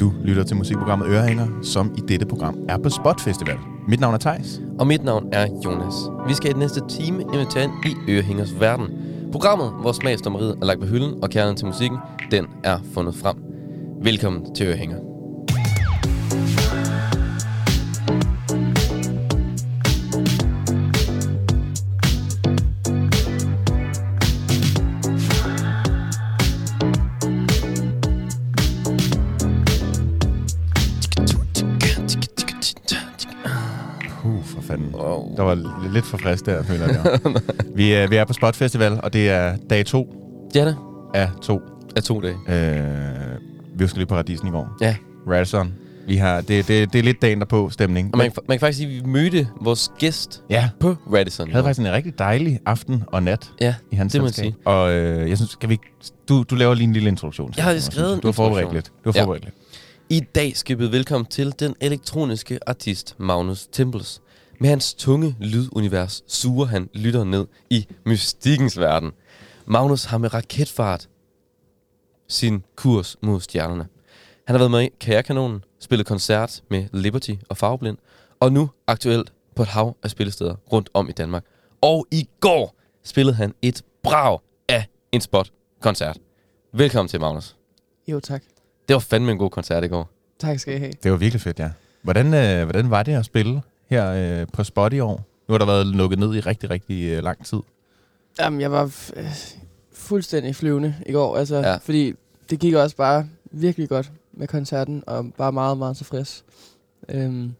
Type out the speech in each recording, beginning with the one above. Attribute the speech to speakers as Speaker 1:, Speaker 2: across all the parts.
Speaker 1: Du lytter til musikprogrammet Ørehænger, som i dette program er på Spot Festival. Mit navn er Tejs.
Speaker 2: Og mit navn er Jonas. Vi skal i den næste time invitere ind i Ørehængers verden. Programmet, hvor smagsdommeriet er lagt på hylden, og kernen til musikken, den er fundet frem. Velkommen til Ørehænger.
Speaker 1: Puh, for fanden.
Speaker 2: Wow.
Speaker 1: Der var l- lidt for frisk der, føler jeg. vi, er, vi er på Spot Festival, og det er dag to
Speaker 2: Det er det.
Speaker 1: af to.
Speaker 2: Er to dage.
Speaker 1: Øh, vi var lige på Radisen i går.
Speaker 2: Ja.
Speaker 1: Radisson. Vi har, det, det, det er lidt dagen derpå stemning.
Speaker 2: Og man, man kan faktisk sige, at vi mødte vores gæst
Speaker 1: ja,
Speaker 2: på Radisson. i
Speaker 1: Jeg havde
Speaker 2: går.
Speaker 1: faktisk en rigtig dejlig aften og nat
Speaker 2: Ja,
Speaker 1: i hans
Speaker 2: det må man
Speaker 1: selskab. Og øh, jeg synes, skal vi ikke... Du, du laver lige en lille introduktion. til
Speaker 2: Jeg har
Speaker 1: os, Jonas.
Speaker 2: skrevet en
Speaker 1: Du har forberedt
Speaker 2: introduktion.
Speaker 1: lidt. Du har
Speaker 2: Ja.
Speaker 1: forberedt lidt.
Speaker 2: I dag skal vi byde velkommen til den elektroniske artist Magnus Tempels. Med hans tunge lydunivers suger han lytter ned i mystikkens verden. Magnus har med raketfart sin kurs mod stjernerne. Han har været med i Kærkanonen, spillet koncert med Liberty og Farveblind, og nu aktuelt på et hav af spillesteder rundt om i Danmark. Og i går spillede han et brag af en spot-koncert. Velkommen til, Magnus.
Speaker 3: Jo, tak.
Speaker 2: Det var fandme en god koncert i går.
Speaker 3: Tak skal I have.
Speaker 1: Det var virkelig fedt, ja. Hvordan, øh, hvordan var det at spille her øh, på Spot i år? Nu har der været lukket ned i rigtig, rigtig øh, lang tid.
Speaker 3: Jamen, jeg var f- øh, fuldstændig flyvende i går, altså,
Speaker 2: Ja.
Speaker 3: ja. fordi det gik også bare virkelig godt med koncerten, og bare meget, meget tilfreds. Øhm,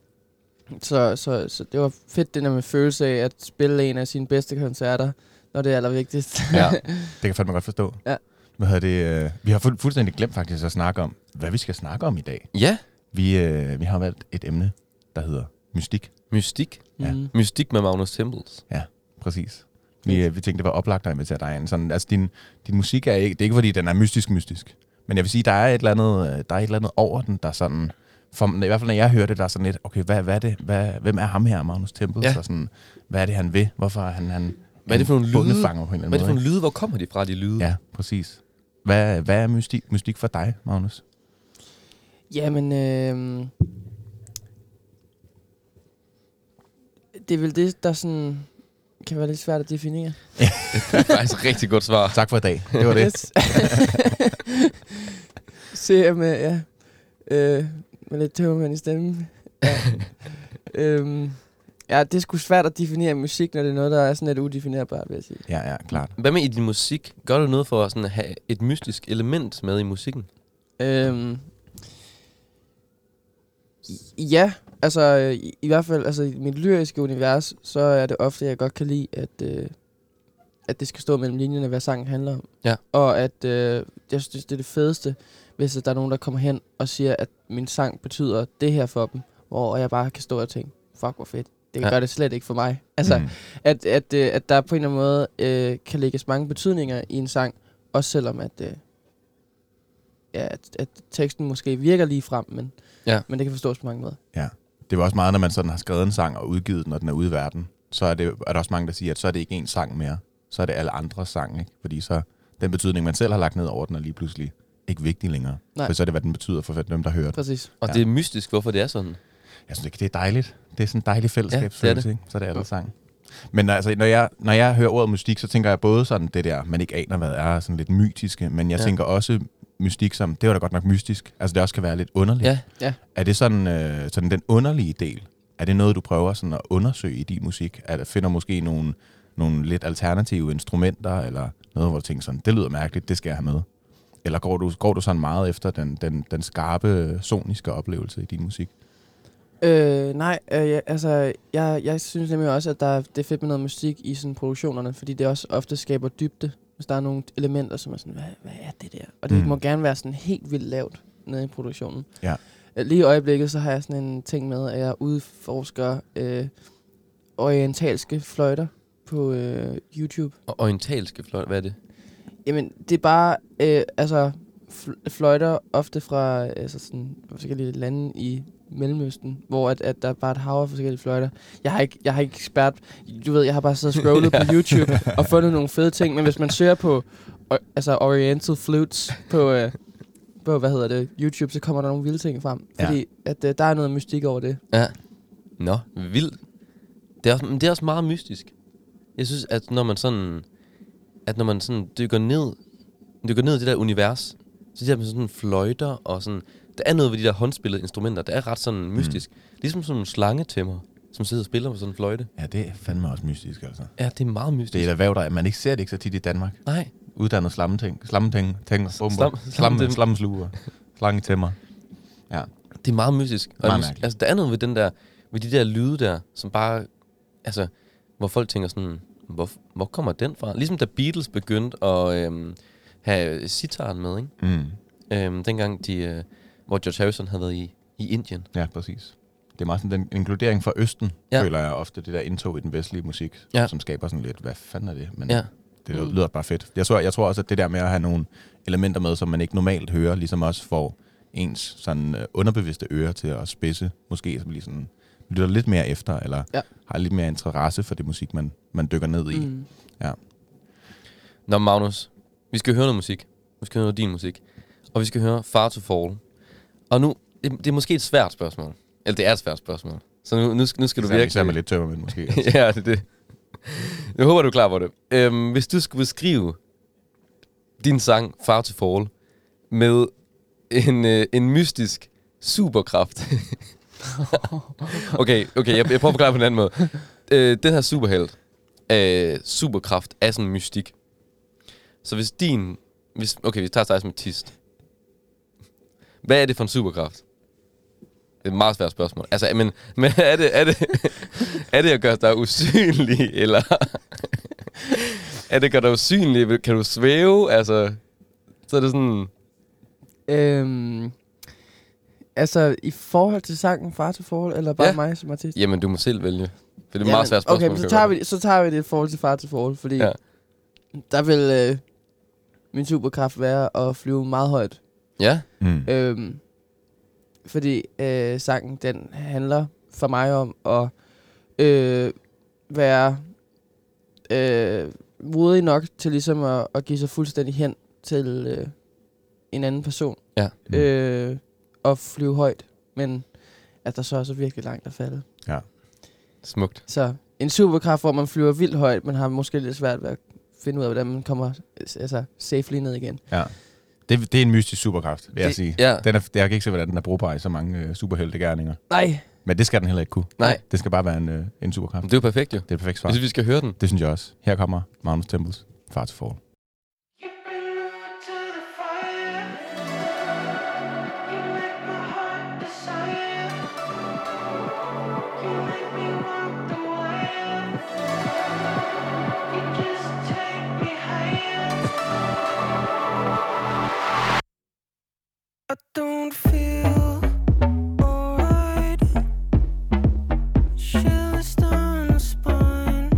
Speaker 3: så, så, så det var fedt, den der med følelse af at spille en af sine bedste koncerter, når det er allervigtigst.
Speaker 1: Ja. Det kan jeg fandme godt forstå.
Speaker 3: Ja.
Speaker 1: Hvad hedder det, øh, vi har fu- fuldstændig glemt faktisk at snakke om, hvad vi skal snakke om i dag.
Speaker 2: Ja,
Speaker 1: Vi, øh, vi har valgt et emne, der hedder mystik.
Speaker 2: mystik.
Speaker 1: Ja.
Speaker 3: Mm.
Speaker 2: Mystik med Magnus Tempels.
Speaker 1: Præcis. Vi, øh, vi tænkte, det var oplagt at invitere dig ind. Sådan, altså, din, din musik er ikke, det er ikke, fordi den er mystisk-mystisk. Men jeg vil sige, der er et eller andet, øh, der er et eller andet over den, der sådan... For, I hvert fald, når jeg hører det, der er sådan lidt, okay, hvad, hvad er det? Hvad, hvem er ham her, Magnus Tempel?
Speaker 2: Ja.
Speaker 1: Ja. Sådan, hvad er det, han vil? Hvorfor er han, han
Speaker 2: Hvad er det for nogle lyde?
Speaker 1: Bundefanger på en eller anden
Speaker 2: Hvad er det for
Speaker 1: måde,
Speaker 2: nogle lyde? Hvor kommer de fra, de lyde?
Speaker 1: ikke? Ja, præcis. Hvad, hvad er mystik, mystik for dig, Magnus?
Speaker 3: Jamen, øh, det er vel det, der sådan kan være lidt svært at definere.
Speaker 2: Det er faktisk et rigtig godt svar.
Speaker 1: Tak for i dag. Det var det.
Speaker 3: Yes. Se med, ja. Øh, med lidt tøvmand i stemmen. Ja. øhm, ja, det er sgu svært at definere musik, når det er noget, der er sådan lidt udefinerbart, vil jeg sige.
Speaker 1: Ja, ja, klart.
Speaker 2: Hvad med i din musik? Gør du noget for at sådan have et mystisk element med i musikken?
Speaker 3: Øhm, i- ja, altså øh, i, i hvert fald altså, i mit lyriske univers, så er det ofte, jeg godt kan lide, at, øh, at det skal stå mellem linjerne, hvad sangen handler om.
Speaker 2: Ja.
Speaker 3: Og at øh, jeg synes, det er det fedeste, hvis at der er nogen, der kommer hen og siger, at min sang betyder det her for dem, hvor jeg bare kan stå og tænke, fuck hvor fedt. Det
Speaker 2: Ja.
Speaker 3: gør det slet ikke for mig. Altså, mm. at, at, øh, at der på en eller anden måde øh, kan lægges mange betydninger i en sang, også selvom at, øh, ja, at, at teksten måske virker lige frem, men,
Speaker 2: Ja.
Speaker 3: men det kan forstås på mange måder.
Speaker 1: det er jo også meget, når man sådan har skrevet en sang og udgivet den, og den er ude i verden, så er, det, er der også mange, der siger, at så er det ikke en sang mere. Så er det alle andres sang, ikke? Fordi så den betydning, man selv har lagt ned over den, er lige pludselig ikke vigtig længere.
Speaker 3: Nej.
Speaker 1: For så er det, hvad den betyder for dem, der hører den.
Speaker 3: Præcis.
Speaker 2: Og
Speaker 1: Ja.
Speaker 2: ja. det er mystisk, hvorfor det er sådan.
Speaker 1: Jeg synes ikke, det er dejligt. Det er sådan en dejlig
Speaker 2: Ja, det er
Speaker 1: fællesskabsfølelse,
Speaker 2: det.
Speaker 1: ja, ikke? Så er det alle sang. Men altså, når jeg, når jeg hører ordet mystik, så tænker jeg både sådan det der, man ikke aner, hvad er, sådan lidt mytiske, men jeg
Speaker 2: Ja.
Speaker 1: ja. tænker også mystik som, det var da godt nok mystisk. Altså det også kan være lidt underligt.
Speaker 2: Ja.
Speaker 3: Ja.
Speaker 1: Er det sådan, øh, sådan den underlige del? Er det noget, du prøver sådan at undersøge i din musik? Er der finder måske nogle, nogle lidt alternative instrumenter, eller noget, hvor du tænker sådan, det lyder mærkeligt, det skal jeg have med? Eller går du, går du sådan meget efter den, den, den skarpe, soniske oplevelse i din musik?
Speaker 3: Øh, nej, øh, jeg, altså, jeg, jeg synes nemlig også, at der, er- det er fedt med noget musik i sådan produktionerne, fordi det også ofte skaber dybde, hvis der er nogle elementer, som er sådan, hvad, hvad er det der? Og det
Speaker 1: Mm.
Speaker 3: mm. må gerne være sådan helt vildt lavt nede i produktionen.
Speaker 1: Ja.
Speaker 3: Øh, Lige i øjeblikket, så har jeg sådan en ting med, at jeg udforsker øh, orientalske fløjter på øh, YouTube.
Speaker 2: Og orientalske fløjt, hvad er det?
Speaker 3: Jamen, det er bare, øh, altså, fl- fløjter ofte fra altså sådan, forskellige lande i Mellemøsten, hvor at, at der er bare et hav af forskellige fløjter. Jeg har ikke, jeg har ikke ekspert, du ved, jeg har bare siddet og scrollet på YouTube og fundet nogle fede ting, men hvis man søger på o- altså oriental flutes på, øh, på, hvad hedder det, YouTube, så kommer der nogle vilde ting frem.
Speaker 1: Ja.
Speaker 3: Fordi at, øh, der er noget mystik over det.
Speaker 2: Ja. Nå, vildt. Det er, også, men det er også meget mystisk. Jeg synes, at når man sådan, at når man sådan dykker ned, dykker ned i det der univers, så ser man sådan fløjter og sådan, der er noget ved de der håndspillede instrumenter, der er ret sådan mystisk. Mm. Ligesom sådan nogle slangetæmmer, som sidder og spiller på sådan en fløjte.
Speaker 1: Ja, det er fandme også mystisk, altså.
Speaker 2: Ja, det er meget
Speaker 1: Det er
Speaker 2: mystisk.
Speaker 1: et erhverv, der er- man ikke ser det ikke så tit i Danmark.
Speaker 2: Nej,
Speaker 1: Uddannet slammeting, slammeting, tænker, bomber,
Speaker 2: slam-
Speaker 1: slam,
Speaker 2: slamtem-
Speaker 1: slammesluger, slangetæmmer. Ja,
Speaker 2: det er meget mystisk. Og
Speaker 1: Meget
Speaker 2: jeg synes-
Speaker 1: mærkeligt.
Speaker 2: altså, der er noget ved den der, ved de der lyde der, som bare, altså, hvor folk tænker sådan, hvor, hvor kommer den fra? Ligesom da Beatles begyndte at øhm, have sitaren med, ikke?
Speaker 1: mm.
Speaker 2: øhm, dengang de, øh, hvor George Harrison havde været i, i Indien.
Speaker 1: ja præcis. Det er meget sådan den inkludering fra Østen,
Speaker 2: Ja.
Speaker 1: ja. føler jeg ofte, det der indtog i den vestlige musik,
Speaker 2: Ja.
Speaker 1: ja. som skaber sådan lidt, hvad fanden er det? Men
Speaker 2: Ja.
Speaker 1: Det lyder, lyder bare fedt. Jeg tror, jeg tror også, at det der med at have nogle elementer med, som man ikke normalt hører, ligesom også får ens sådan øh, underbevidste ører til at spidse, måske som lige sådan lytter lidt mere efter, eller
Speaker 3: Ja.
Speaker 1: ja. har lidt mere interesse for det musik, man, man dykker ned i. Mm.
Speaker 2: Nå, Magnus, vi skal høre noget musik. Vi skal høre noget din musik. Og vi skal høre Far to Fall. Og nu, det, det er måske et svært spørgsmål. Eller det er et svært spørgsmål. Så nu, nu, skal- nu skal du Øh,
Speaker 1: Især,
Speaker 2: virkelig...
Speaker 1: især med lidt tømmermænd måske.
Speaker 2: ja, det er det. Jeg håber, du er klar på det. Øhm, hvis du skulle beskrive din sang Far to Fall med en, øh, en mystisk superkraft. okay, okay, jeg, jeg prøver at forklare på en anden måde. Øh, den her superhelt, øh, superkraft, er sådan en mystik. Så hvis din... Hvis, okay, vi tager dig som artist. Hvad er det for en superkraft? Det er et meget svært spørgsmål. Altså, men, men er, det, er, det, er det at gøre dig usynlig, eller... er det at gøre dig usynlig? Kan du svæve? Altså, så er det sådan...
Speaker 3: Øhm, altså, i forhold til sangen Far til forhold, eller bare
Speaker 2: Ja.
Speaker 3: ja. mig som artist?
Speaker 2: Jamen, du må selv vælge. For det er et meget svært spørgsmål.
Speaker 3: Okay, men
Speaker 2: kan
Speaker 3: så
Speaker 2: jeg
Speaker 3: tager,
Speaker 2: godt-
Speaker 3: vi, så tager vi det i forhold til Far til forhold, fordi
Speaker 2: Ja.
Speaker 3: ja. der vil øh, min superkraft være at flyve meget højt.
Speaker 2: Ja,
Speaker 1: Mm.
Speaker 3: Øhm, fordi øh, sangen, den handler for mig om at øh, være øh, modig nok til ligesom at, at give sig fuldstændig hen til øh, en anden person.
Speaker 2: Ja.
Speaker 1: Mm.
Speaker 3: Øh, og flyve højt, men at der så også er virkelig langt at falde.
Speaker 2: smukt.
Speaker 3: Så en superkraft, hvor man flyver vildt højt, men har måske lidt svært ved at finde ud af, hvordan man kommer altså, safely ned igen.
Speaker 1: Ja. Det, det er en mystisk superkraft, vil det, jeg
Speaker 2: Det-
Speaker 1: sige.
Speaker 2: ja.
Speaker 1: Den er, jeg kan ikke se, hvordan den er brugbar i så mange øh, superheltegærninger.
Speaker 3: Nej,
Speaker 1: Men det skal den heller ikke kunne.
Speaker 2: Nej.
Speaker 1: Det skal bare være en, øh, en superkraft.
Speaker 2: Det er jo perfekt, jo.
Speaker 1: Det er et perfekt svar.
Speaker 2: Jeg synes, vi skal høre den.
Speaker 1: Det synes jeg også. Her kommer Magnus Tempels Far til Fall.
Speaker 4: You bring wood to the fire. You make my heart desire. You make me walk the wire. You just take me higher. I don't feel alright. Chills down the spine.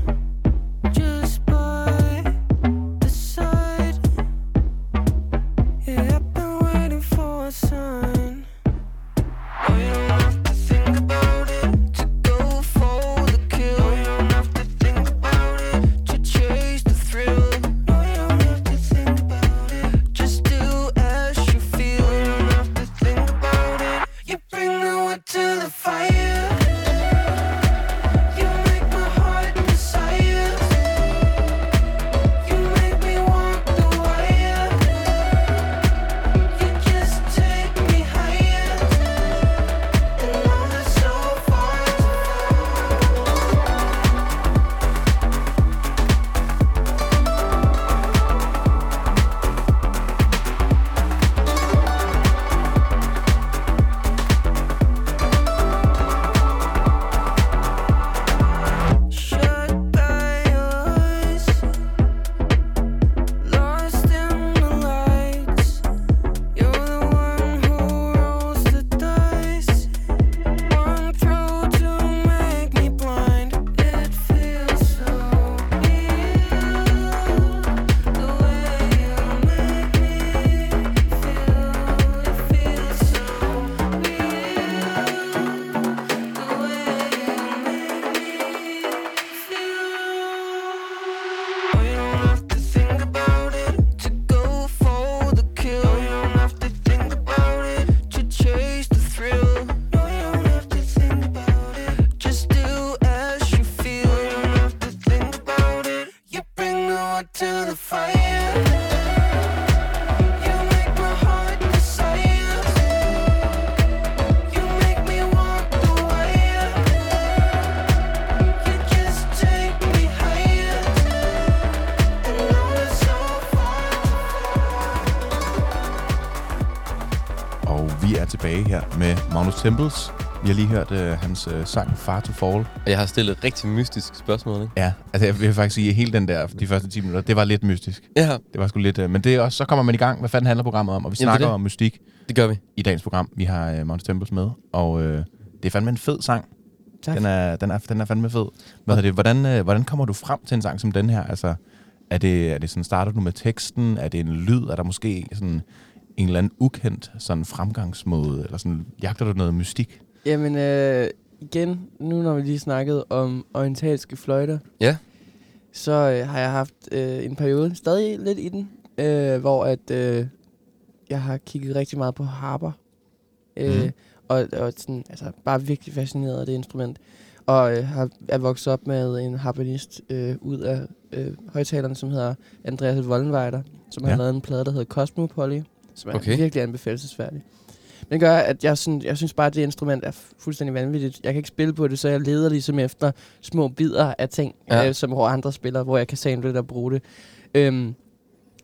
Speaker 4: Just by the side. Yeah, I've been waiting for a sign. No, you don't have to think about it to go for the kill. No, you don't have to think about it to chase the thrill. No, you don't have to think about it. Just do as you feel. No, you don't have to think about it. You bring the wood to the fire. You make my heart desire. You make me walk the wire. You just take me high.
Speaker 1: Og vi er tilbage her med Magnus Tempels. Vi har lige hørt øh, hans øh, sang Far to Fall.
Speaker 2: Og jeg har stillet et rigtig mystisk spørgsmål, ikke?
Speaker 1: Ja, altså jeg vil faktisk sige, at hele den der, de første 10 minutter, det var lidt mystisk.
Speaker 2: Ja,
Speaker 1: Det var sgu lidt, øh, men det er også, så kommer man i gang. Hvad fanden handler programmet om? Og vi
Speaker 2: Jamen, det er
Speaker 1: snakker
Speaker 2: det.
Speaker 1: om mystik
Speaker 2: det gør vi.
Speaker 1: i dagens program. Vi har øh, Magnus Tempels med, og øh, det er fandme en fed sang.
Speaker 3: Tak.
Speaker 1: Den er, den er, den er fandme fed. Hvad hedder det, hvordan, øh, hvordan kommer du frem til en sang som den her? Altså, er det, er det sådan, starter du med teksten? Er det en lyd? Er der måske sådan en eller anden ukendt sådan fremgangsmåde? Eller sådan, jagter du noget mystik?
Speaker 3: Jamen, øh, igen, nu når vi lige snakkede om orientalske fløjter,
Speaker 2: Ja.
Speaker 3: så øh, har jeg haft øh, en periode, stadig lidt i den, øh, hvor at øh, jeg har kigget rigtig meget på harper. Øh,
Speaker 1: Mhm.
Speaker 3: mm. Og, og sådan, altså, bare virkelig fascineret af det instrument. Og øh, har, er vokset op med en harpenist øh, ud af øh, højtalerne, som hedder Andreas Wollenweider, som ja.
Speaker 1: Ja.
Speaker 3: har lavet en plade, der hedder Cosmopoly, som er
Speaker 2: Okay.
Speaker 3: okay. virkelig anbefalesværdig. Men det gør, at jeg, sådan, jeg synes bare, at det instrument er fuldstændig vanvittigt. Jeg kan ikke spille på det, så jeg leder ligesom efter små bidder af ting,
Speaker 2: Ja.
Speaker 3: ja. øh, som hvor andre spiller, hvor jeg kan sample det og bruge det. Øhm,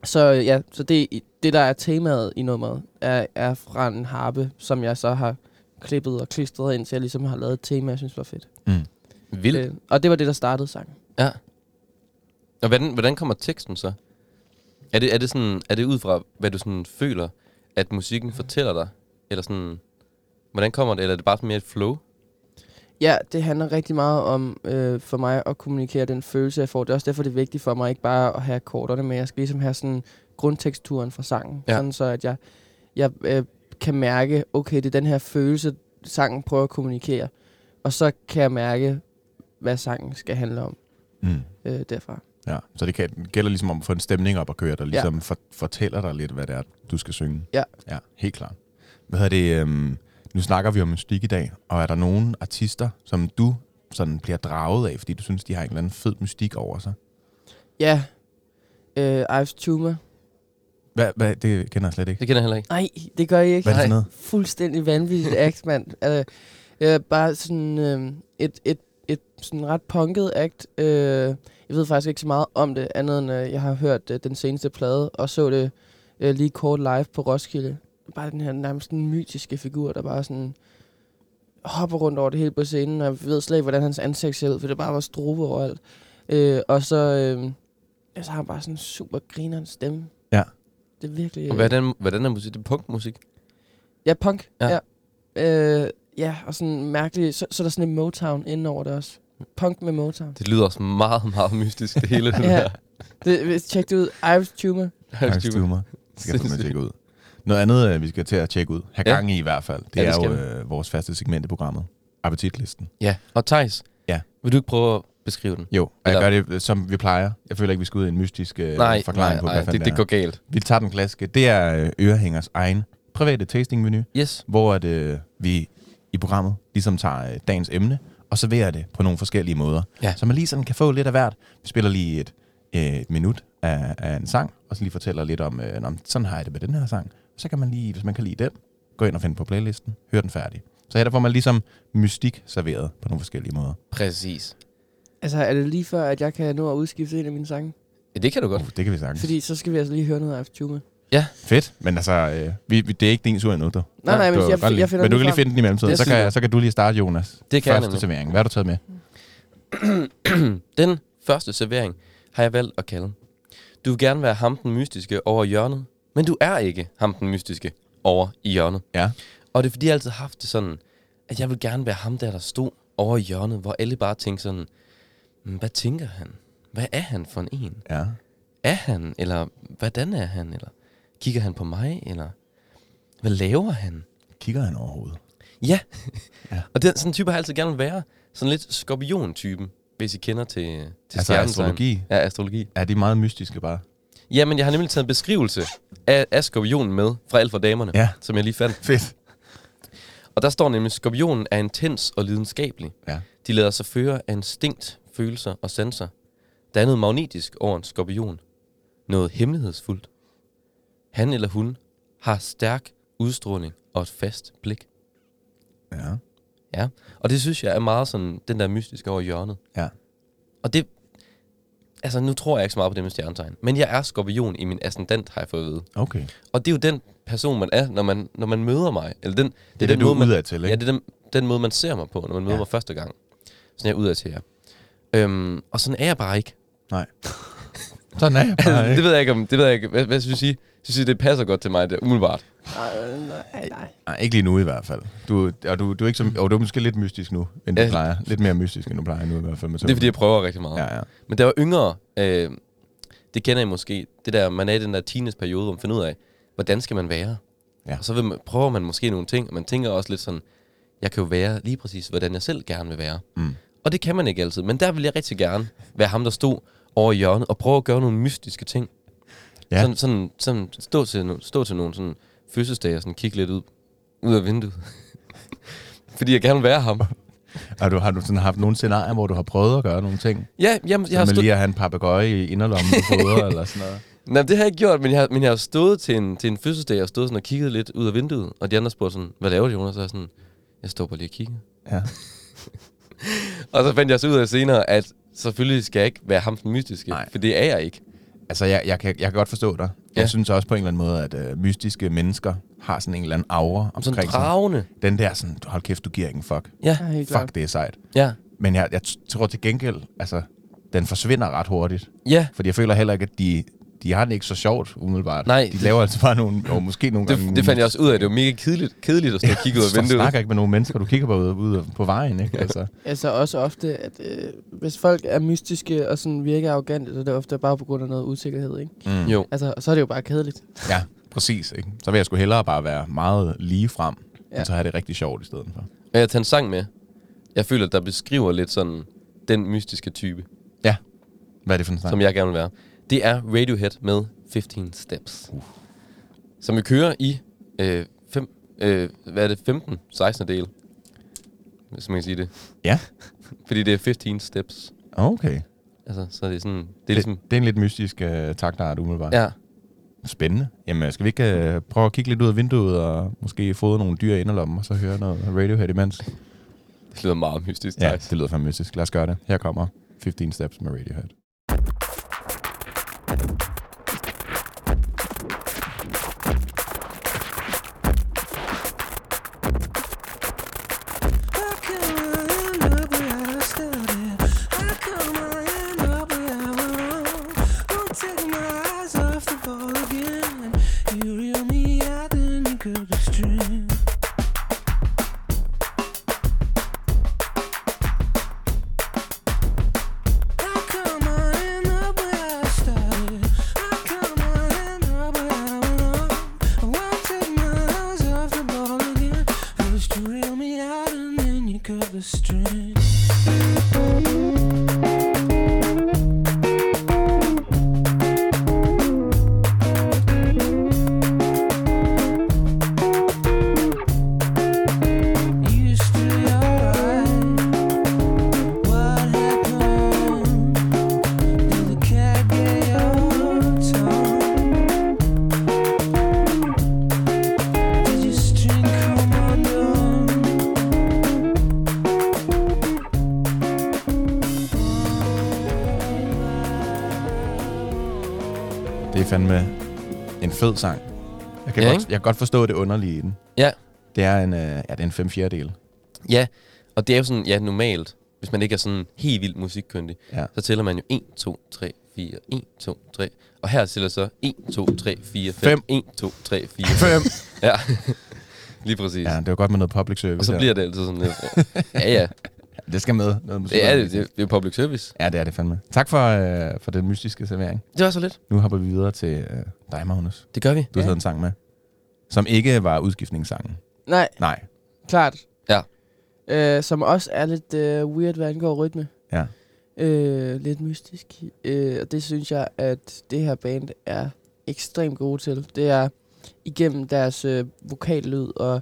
Speaker 3: så øh, ja, så det, det der er temaet i nummeret, er, er fra en harpe, som jeg så har klippet og klistret ind, så jeg ligesom har lavet et tema, jeg synes var fedt.
Speaker 2: Vildt.
Speaker 3: Øh, og det var det, der startede sangen.
Speaker 2: Ja. Øh. Og hvordan, hvordan kommer teksten så? Er det, er, det sådan, er det ud fra, hvad du sådan føler, at musikken fortæller dig? Eller sådan, hvordan kommer det? Eller er det bare sådan mere et flow?
Speaker 3: Ja, det handler rigtig meget om øh, for mig at kommunikere den følelse, jeg får. Det er også derfor, det er vigtigt for mig ikke bare at have akkorderne, men jeg skal ligesom have sådan grundteksturen fra sangen.
Speaker 2: Ja.
Speaker 3: Ja. Sådan så, at jeg, jeg øh, kan mærke, okay, det er den her følelse, sangen prøver at kommunikere. Og så kan jeg mærke, hvad sangen skal handle om
Speaker 1: Mm.
Speaker 3: øh, derfra.
Speaker 1: Ja, så det kan, det gælder ligesom om at få en stemning op og køre, der ligesom ja. for, fortæller dig lidt, hvad det er, du skal synge.
Speaker 3: Ja.
Speaker 1: Ja, helt klart. Hvad hedder det, øhm, nu snakker vi om mystik i dag, og er der nogen artister, som du sådan bliver draget af, fordi du synes, de har en eller anden fed mystik over sig?
Speaker 3: Ja, øh, Ives Tumor.
Speaker 1: Hvad, hvad, det kender jeg slet ikke.
Speaker 2: Det kender jeg heller ikke.
Speaker 3: Nej, det gør I ikke.
Speaker 1: Hvad er det for noget?
Speaker 3: fuldstændig vanvittigt act, mand. Altså, øh, bare sådan øh, et, et, et sådan ret punket act. Øh, jeg ved faktisk ikke så meget om det, andet end øh, jeg har hørt øh, den seneste plade, og så det øh, lige kort live på Roskilde. Bare den her nærmest den mytiske figur, der bare sådan hopper rundt over det hele på scenen, og jeg ved slet ikke, hvordan hans ansigt ser ud, for det bare var strobe overalt. Øh, og så, øh, ja, så har han bare sådan en super grinerens stemme.
Speaker 1: Ja.
Speaker 3: Det er virkelig...
Speaker 2: Og Hvordan, hvordan er musik? Det er punkmusik.
Speaker 3: Ja, punk.
Speaker 2: Ja.
Speaker 3: Ja. Ja, øh, ja og sådan mærkelig... Så, så er der sådan en Motown inden over det også. Punk med Motown.
Speaker 2: Det lyder også meget, meget mystisk, det hele. det
Speaker 3: Ja.
Speaker 2: der.
Speaker 3: Det, hvis- tjek det ud. Irish Tumor.
Speaker 1: Angst Humor. Det skal jeg fandme
Speaker 2: Sindssygt.
Speaker 1: tjekke ud. Noget andet, øh, vi skal til at tjekke ud, have
Speaker 2: Ja.
Speaker 1: gang i i hvert fald, det,
Speaker 2: Ja, det
Speaker 1: er jo
Speaker 2: skal
Speaker 1: øh, vores faste segment i programmet. Appetitlisten.
Speaker 2: Ja, og Thijs,
Speaker 1: Ja.
Speaker 2: vil du ikke prøve at beskrive den?
Speaker 1: Jo, og jeg
Speaker 2: Eller-
Speaker 1: gør det, øh, som vi plejer. Jeg føler ikke, vi skal ud i en mystisk øh,
Speaker 2: nej,
Speaker 1: forklaring
Speaker 2: nej,
Speaker 1: på,
Speaker 2: nej,
Speaker 1: hvad fanden
Speaker 2: det,
Speaker 1: det,
Speaker 2: det går galt.
Speaker 1: Vi tager den klassiske. Det er øh, Ørehængers egen private tastingmenu,
Speaker 2: Yes.
Speaker 1: hvor at, øh, vi i programmet ligesom tager øh, dagens emne, og serverer det på nogle forskellige måder.
Speaker 2: Ja.
Speaker 1: Så man lige sådan kan få lidt af hvert. Vi spiller lige et, øh, et minut af, af en sang, og så lige fortæller lidt om, øh, "Nå, men sådan har jeg det med den her sang. Så kan man lige, hvis man kan lide den, gå ind og finde på playlisten, høre den færdig. Så her der får man ligesom mystik serveret på nogle forskellige måder.
Speaker 2: Præcis.
Speaker 3: Altså, er det lige før, at jeg kan nå at udskifte en af mine sange?
Speaker 2: Ja, det kan du godt.
Speaker 1: Uh, det kan vi sagtens.
Speaker 3: Fordi så skal vi altså lige høre noget af Irish Tumor.
Speaker 1: Fedt, men altså, øh, vi, vi, det er ikke din tur endnu, dog.
Speaker 3: Nej, nej,
Speaker 1: Du
Speaker 3: men
Speaker 1: kan
Speaker 3: jeg,
Speaker 1: godt
Speaker 3: jeg,
Speaker 1: lide-
Speaker 3: jeg finder
Speaker 1: Men du
Speaker 3: den
Speaker 1: kan
Speaker 3: lige
Speaker 1: lige
Speaker 3: frem.
Speaker 1: finde den i mellemtiden.
Speaker 2: Det
Speaker 1: Så
Speaker 2: synes
Speaker 1: kan,
Speaker 2: jeg.
Speaker 1: så kan du lige starte, Jonas.
Speaker 2: Det kan jeg
Speaker 1: Første
Speaker 2: nemlig.
Speaker 1: servering. Hvad har du taget med?
Speaker 2: Den første servering har jeg valgt at kalde. Du vil gerne være ham den mystiske over i hjørnet, men du er ikke ham den mystiske over i hjørnet.
Speaker 1: Ja.
Speaker 2: Og det er fordi, jeg altid har haft det sådan, at jeg vil gerne være ham der, der stod over i hjørnet, hvor alle bare tænkte sådan, "Hmm, hvad tænker han? Hvad er han for en en?
Speaker 1: Ja.
Speaker 2: Er han? Eller hvordan er han? Eller kigger han på mig? Eller hvad laver han?
Speaker 1: Kigger han overhovedet?
Speaker 2: Ja.
Speaker 1: Ja.
Speaker 2: ja. og den sådan en type har jeg altid gerne vil være. Sådan lidt skorpion-typen, hvis I kender til, til
Speaker 1: Altså
Speaker 2: stjernetegn.
Speaker 1: astrologi.
Speaker 2: Ja, astrologi.
Speaker 1: Ja, det er meget mystiske bare.
Speaker 2: Ja, men jeg har nemlig taget en beskrivelse af, af skorpionen med fra Alt for Damerne,
Speaker 1: Ja.
Speaker 2: som jeg lige fandt.
Speaker 1: Fedt.
Speaker 2: Og der står nemlig, at skorpionen er intens og lidenskabelig.
Speaker 1: Ja.
Speaker 2: De lader sig føre af instinkt, følelser og sanser. Der er noget magnetisk over en skorpion. Noget hemmelighedsfuldt. Han eller hun har stærk udstråling og et fast blik.
Speaker 1: Ja.
Speaker 2: Ja, og det synes jeg er meget sådan, den der mystiske over i hjørnet.
Speaker 1: Ja.
Speaker 2: Og det, altså nu tror jeg ikke så meget på det med stjernetegn, men jeg er skorpion i min ascendant, har jeg fået at vide.
Speaker 1: Okay.
Speaker 2: Og det er jo den person, man er, når man, når man møder mig. Eller den, det,
Speaker 1: det, du er
Speaker 2: man,
Speaker 1: ude af til, ikke?
Speaker 2: Ja, det er den, den måde, man ser mig på, når man møder
Speaker 1: Ja.
Speaker 2: ja. mig første gang. Sådan er jeg udad til jer. Øhm, og sådan er jeg bare ikke.
Speaker 1: Nej. Sådan er jeg
Speaker 2: Altså,
Speaker 1: bare,
Speaker 2: det
Speaker 1: ikke?
Speaker 2: ved jeg ikke, om, det ved jeg ikke. Hvad, hvad synes I? Synes I, det passer godt til mig, det er umiddelbart?
Speaker 3: Nej, nej, nej.
Speaker 1: Nej, ikke lige nu i hvert fald. Du, og du, du er ikke som, og du er måske lidt mystisk nu, end du
Speaker 2: Ja.
Speaker 1: plejer. Lidt mere mystisk, end du plejer nu i hvert fald. Med
Speaker 2: Det er, fordi jeg prøver rigtig meget.
Speaker 1: Ja, ja.
Speaker 2: Men da jeg var yngre, øh, det kender I måske, det der, man er i den der teenageperiode, hvor man finder ud af, hvordan skal man være?
Speaker 1: Ja.
Speaker 2: Og så vil man, prøver man måske nogle ting, og man tænker også lidt sådan, jeg kan jo være lige præcis, hvordan jeg selv gerne vil være.
Speaker 1: Mm.
Speaker 2: Og det kan man ikke altid, men der vil jeg rigtig gerne være ham, der stod over i hjørnet og prøve at gøre nogle mystiske ting.
Speaker 1: Ja.
Speaker 2: Sådan, sådan, sådan stå, til, no- stå til nogle sådan fødselsdage og sådan kigge lidt ud, ud af vinduet. Fordi jeg gerne vil være ham.
Speaker 1: Har du, har du sådan haft nogle scenarier, hvor du har prøvet at gøre nogle ting?
Speaker 2: Ja, jamen, jeg
Speaker 1: Jeg
Speaker 2: har
Speaker 1: som
Speaker 2: stået...
Speaker 1: lige at have en papegøje i inderlommen på fodret eller sådan noget?
Speaker 2: Nej, det har jeg ikke gjort, men jeg har, men jeg har stået til en, til en fødselsdag og stået sådan og kigget lidt ud af vinduet, og de andre spurgte sådan, hvad laver du, Jonas? Og så er jeg sådan, jeg står bare lige og kigger.
Speaker 1: Ja.
Speaker 2: Og så fandt jeg så ud af senere, at selvfølgelig skal jeg ikke være ham den mystiske,
Speaker 1: Nej.
Speaker 2: Nej. for det er jeg ikke.
Speaker 1: Altså, jeg, jeg, kan, jeg kan godt forstå dig. Jeg
Speaker 2: Ja.
Speaker 1: synes også på en eller anden måde, at øh, mystiske mennesker har sådan en eller anden aura
Speaker 2: Om sådan
Speaker 1: omkring sig.
Speaker 2: dragende.
Speaker 1: Den der sådan, hold kæft, du giver ikke en fuck.
Speaker 2: Ja,
Speaker 3: Ja, helt klart.
Speaker 1: Fuck, det er sejt.
Speaker 2: ja,
Speaker 1: Men jeg, jeg t- tror til gengæld, altså, den forsvinder ret hurtigt.
Speaker 2: ja.
Speaker 1: Fordi jeg føler heller ikke, at de, de har det ikke så sjovt, umiddelbart.
Speaker 2: Nej,
Speaker 1: De
Speaker 2: det-
Speaker 1: laver altså bare nogle, og måske nogle gange...
Speaker 2: Det, det fandt jeg også ud af. Det var mega kedeligt, kedeligt at stå og kigge ud af
Speaker 1: Du
Speaker 2: vinduet.
Speaker 1: snakker ikke med nogen mennesker, du kigger bare ud, ud på vejen, ikke? Altså,
Speaker 3: Altså også ofte, at øh, hvis folk er mystiske og sådan virker arrogante, så er det ofte bare på grund af noget usikkerhed, ikke?
Speaker 1: mm.
Speaker 2: Jo,
Speaker 3: Altså, så er det jo bare kedeligt.
Speaker 1: Ja, præcis. Ikke? Så vil jeg sgu hellere bare være meget lige frem, ja.
Speaker 3: Ja.
Speaker 1: og så have det rigtig sjovt i stedet for.
Speaker 2: og jeg tager en sang med. Jeg føler, der beskriver lidt sådan den mystiske type,
Speaker 1: Hvad er det for en
Speaker 2: Nej.
Speaker 1: snak?
Speaker 2: som jeg gerne vil være. Det er Radiohead med 15 Steps. Uh. Som vi kører i øh, fem, øh, hvad er det, 15, 16. del. Hvis man kan sige det.
Speaker 1: Ja.
Speaker 2: Fordi det er 15 steps.
Speaker 1: Okay.
Speaker 2: Altså, så er det sådan, det er
Speaker 1: Det,
Speaker 2: ligesom,
Speaker 1: det er en lidt mystisk uh, taktart, umiddelbart.
Speaker 2: ja,
Speaker 1: Spændende. Jamen, skal vi ikke uh, prøve at kigge lidt ud af vinduet og måske fodre nogle dyr i inderlommen, og så høre noget Radiohead imens?
Speaker 2: det lyder meget mystisk.
Speaker 1: Ja,
Speaker 2: Ja.
Speaker 1: det lyder fandme mystisk. Lad os gøre det. Her kommer 15 Steps med Radiohead.
Speaker 4: I come and look where I started. I come and look where I belong. Won't take my eyes off the ball again. You reel me out, then you cut the string. I come on and up where I started. I come on and up where I belong. I won't take my eyes off the ball again. First you reel me out and then you cut the string. Used to your eyes. What happened? Did the cat get your tongue? Did your string come undone?
Speaker 1: Det er fandme en fed sang. Jeg kan,
Speaker 2: Ja,
Speaker 1: godt,
Speaker 2: ikke?
Speaker 1: jeg kan godt forstå det underlige i den.
Speaker 2: Ja.
Speaker 1: Det er en, uh, ja, det er en fem fjerdedel.
Speaker 2: ja, og det er jo sådan, ja, normalt, hvis man ikke er sådan helt vildt musikkyndig,
Speaker 1: Ja.
Speaker 2: så tæller man jo 1, 2, 3, 4, 1, 2, 3. Og her tæller så 1, 2, 3, 4, 5,
Speaker 1: Fem.
Speaker 2: 1, 2, 3, 4, 5.
Speaker 1: Fem!
Speaker 2: Ja, lige præcis.
Speaker 1: Ja, det var godt med noget public service
Speaker 2: Og så
Speaker 1: her.
Speaker 2: bliver det altid sådan lidt. Ja, ja.
Speaker 1: Det skal med. Noget musik.
Speaker 2: Det er det. Det det er public service.
Speaker 1: Ja, det er det fandme. Tak for, øh, for den mystiske servering.
Speaker 2: Det var så lidt.
Speaker 1: Nu hopper vi videre til øh, dig, Magnus.
Speaker 2: Det gør vi.
Speaker 1: Du ja. havde en sang med, som ikke var udskiftningssangen.
Speaker 3: Nej,
Speaker 1: Nej.
Speaker 3: klart.
Speaker 2: Ja.
Speaker 3: Øh, som også er lidt øh, weird, hvad angår rytme.
Speaker 1: Ja.
Speaker 3: Øh, lidt mystisk. Øh, og det synes jeg, at det her band er ekstremt gode til. Det er igennem deres øh, vokallyd og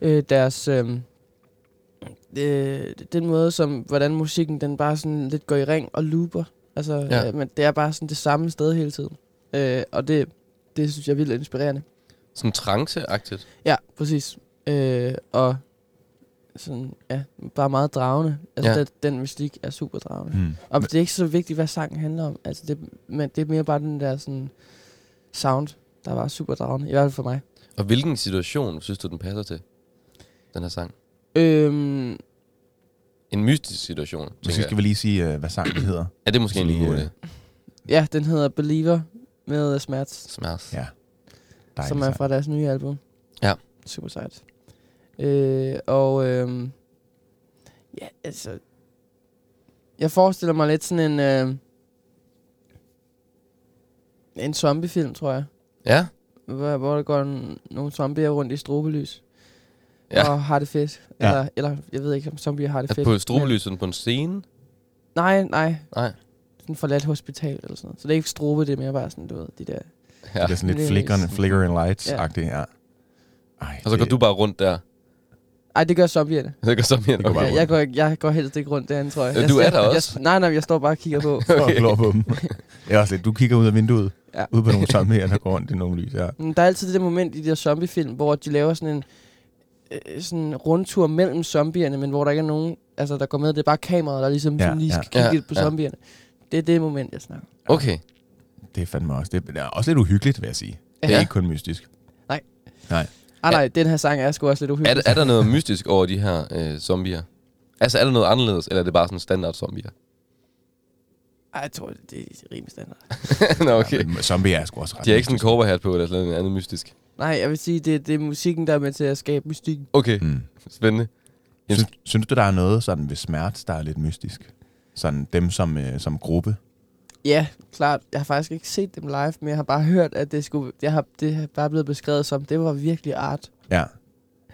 Speaker 3: øh, deres... Øh, øh, den måde, som, hvordan musikken den bare sådan lidt går i ring og looper. Altså,
Speaker 2: Ja.
Speaker 3: ja. øh, men det er bare sådan det samme sted hele tiden. Øh, og det, det synes jeg er vildt inspirerende.
Speaker 2: Sådan tranceagtigt.
Speaker 3: Ja, præcis. Øh, og sådan, ja, bare meget dragende. Altså,
Speaker 2: Ja.
Speaker 3: ja. den, den mystik er super dragende.
Speaker 1: Hmm.
Speaker 3: Og det er ikke så vigtigt, hvad sangen handler om. Altså, det, men det er mere bare den der sådan sound, der var super dragende. I hvert fald for mig.
Speaker 2: Og hvilken situation synes du, den passer til, den her sang?
Speaker 3: Øhm,
Speaker 2: En mystisk situation,
Speaker 1: Måske
Speaker 2: tænker
Speaker 1: skal
Speaker 2: jeg.
Speaker 1: vi lige sige, øh, hvad sangen hedder.
Speaker 2: Er det måske en
Speaker 1: lige,
Speaker 2: god
Speaker 1: øh,
Speaker 2: idé?
Speaker 3: ja, den hedder Believer med øh, Smerts,
Speaker 2: Smerts.
Speaker 1: Ja. Dejlig
Speaker 3: som er
Speaker 1: sang.
Speaker 3: fra deres nye album.
Speaker 2: Ja.
Speaker 3: Super sejt. Øh, og øhm, ja, altså... Jeg forestiller mig lidt sådan en... Øh, en zombiefilm, tror jeg.
Speaker 2: Ja?
Speaker 3: Hvor, hvor der går en, nogle zombier rundt i strobelys.
Speaker 2: Ja.
Speaker 3: Og har det fedt.
Speaker 1: Ja.
Speaker 3: Eller, eller jeg ved ikke, om zombier har det
Speaker 2: At
Speaker 3: fedt.
Speaker 2: på strobelyset på en scene?
Speaker 3: Men- Nej, nej.
Speaker 2: Nej.
Speaker 3: Sådan forladt hospital eller sådan noget. Så det er ikke strobe, det er mere bare sådan, du ved, de der...
Speaker 2: Ja.
Speaker 1: Det er sådan lidt
Speaker 3: Lidt-
Speaker 1: flickering, flickering lights-agtigt, ja. Ej,
Speaker 2: Og så går
Speaker 1: det-
Speaker 2: du bare rundt der.
Speaker 3: Ej, det gør zombierne.
Speaker 2: Det går så mere.
Speaker 1: Det går bare
Speaker 3: Okay,
Speaker 1: rundt.
Speaker 3: jeg, går, ikke- jeg går helst ikke rundt derinde, tror jeg.
Speaker 2: Øh,
Speaker 3: jeg
Speaker 2: du er
Speaker 3: ser-
Speaker 2: der
Speaker 3: jeg,
Speaker 2: også.
Speaker 3: Nej, nej, jeg står bare og kigger på.
Speaker 1: og glor på dem. Jeg er også lidt, du kigger ud af vinduet,
Speaker 3: Ja.
Speaker 1: ja. ude på nogle zombier, der går rundt i nogle lys. Ja.
Speaker 3: Men Der er altid det der moment i de der zombiefilm, hvor de laver sådan en øh, sådan rundtur mellem zombierne, men hvor der ikke er nogen, altså, der går med. Det er bare kameraet, der ligesom
Speaker 1: Ja,
Speaker 3: ja, lige
Speaker 1: ja.
Speaker 3: skal kigge
Speaker 2: Ja,
Speaker 3: lidt på
Speaker 2: ja.
Speaker 3: zombierne. Det er det moment, jeg snakker. om.
Speaker 2: Okay.
Speaker 1: Det er fandme også. Det er også lidt uhyggeligt, vil jeg sige. Det er
Speaker 2: Ja.
Speaker 1: ikke kun mystisk.
Speaker 3: Ah
Speaker 2: Ja.
Speaker 3: nej, den her sang er sgu også lidt
Speaker 2: Er,
Speaker 3: uhyggelig.
Speaker 2: der- er der noget mystisk over de her øh, zombier? Altså, er der noget anderledes, eller er det bare sådan standard zombier?
Speaker 3: Ej, jeg tror, det er rimelig standard.
Speaker 2: Nå, okay.
Speaker 1: Ja, men zombier er sgu også ret
Speaker 2: De har ikke sådan en
Speaker 1: mystiske.
Speaker 2: cowboy hat på, eller sådan noget andet mystisk.
Speaker 3: Nej, jeg vil sige, det, det er musikken, der er med til at skabe mystikken.
Speaker 2: Okay,
Speaker 1: Mm.
Speaker 2: spændende. Jamen-
Speaker 1: Synes, synes du, der er noget sådan ved smerte, der er lidt mystisk? Sådan dem som, øh, som gruppe?
Speaker 3: Ja, klart. Jeg har faktisk ikke set dem live, men jeg har bare hørt, at det, skulle, jeg har, det er bare blevet beskrevet som, det var virkelig art.
Speaker 1: Ja.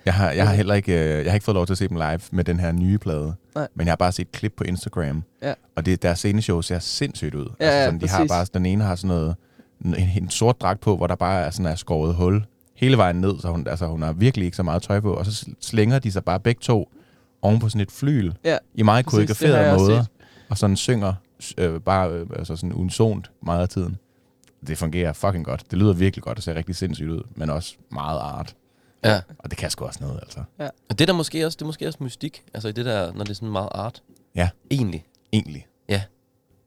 Speaker 1: Jeg har, jeg har heller ikke, øh, jeg har ikke fået lov til at se dem live med den her nye plade.
Speaker 3: Nej.
Speaker 1: Men jeg har bare set klip på Instagram.
Speaker 3: Ja.
Speaker 1: Og det, deres sceneshow ser sindssygt ud. Altså,
Speaker 3: Ja, ja,
Speaker 1: sådan, de har
Speaker 3: præcis.
Speaker 1: bare, den ene har sådan noget, en, en sort dragt på, hvor der bare er sådan er skåret hul hele vejen ned, så hun, altså, hun har virkelig ikke så meget tøj på. Og så sl- slænger de sig bare begge to oven på sådan et flyl,
Speaker 3: Ja,
Speaker 1: i meget
Speaker 3: præcis, det har
Speaker 1: koreograferede
Speaker 3: jeg også
Speaker 1: måder,
Speaker 3: set.
Speaker 1: og sådan synger øh, bare øh, altså sådan unisont meget af tiden. Det fungerer fucking godt. Det lyder virkelig godt og ser rigtig sindssygt ud, men også meget art.
Speaker 2: Ja.
Speaker 1: Og det kan sgu også noget, altså.
Speaker 2: Og det er der måske også, det er måske også mystik, altså i det der, når det er sådan meget art.
Speaker 1: Ja.
Speaker 2: Egentlig.
Speaker 1: Egentlig.
Speaker 2: Ja.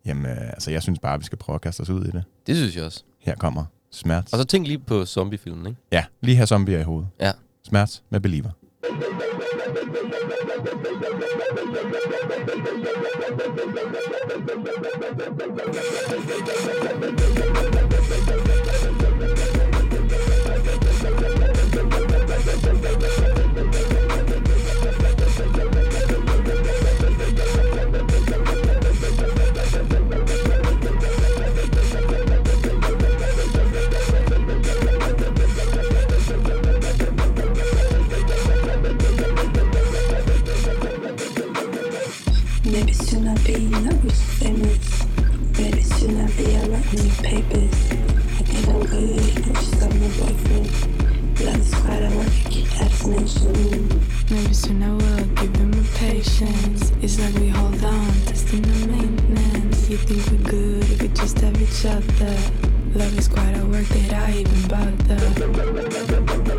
Speaker 1: Jamen, øh, altså, jeg synes bare, vi skal prøve at kaste os ud i det.
Speaker 2: Det synes jeg også.
Speaker 1: Her kommer Smert.
Speaker 2: Og så tænk lige på zombiefilmen, ikke?
Speaker 1: Ja, lige her zombier i hovedet.
Speaker 2: Ja.
Speaker 1: Smert med Believer.
Speaker 5: Maybe soon I'll be not rich famous. Maybe soon I'll be out writing papers. I think I'm good, I just got my boyfriend. Love is quite a work, I just mentioned.
Speaker 6: Maybe soon I will give him a patience. It's like we hold on, testing the maintenance. You think we're good, we could just have each other. Love is quite a work that I even bother.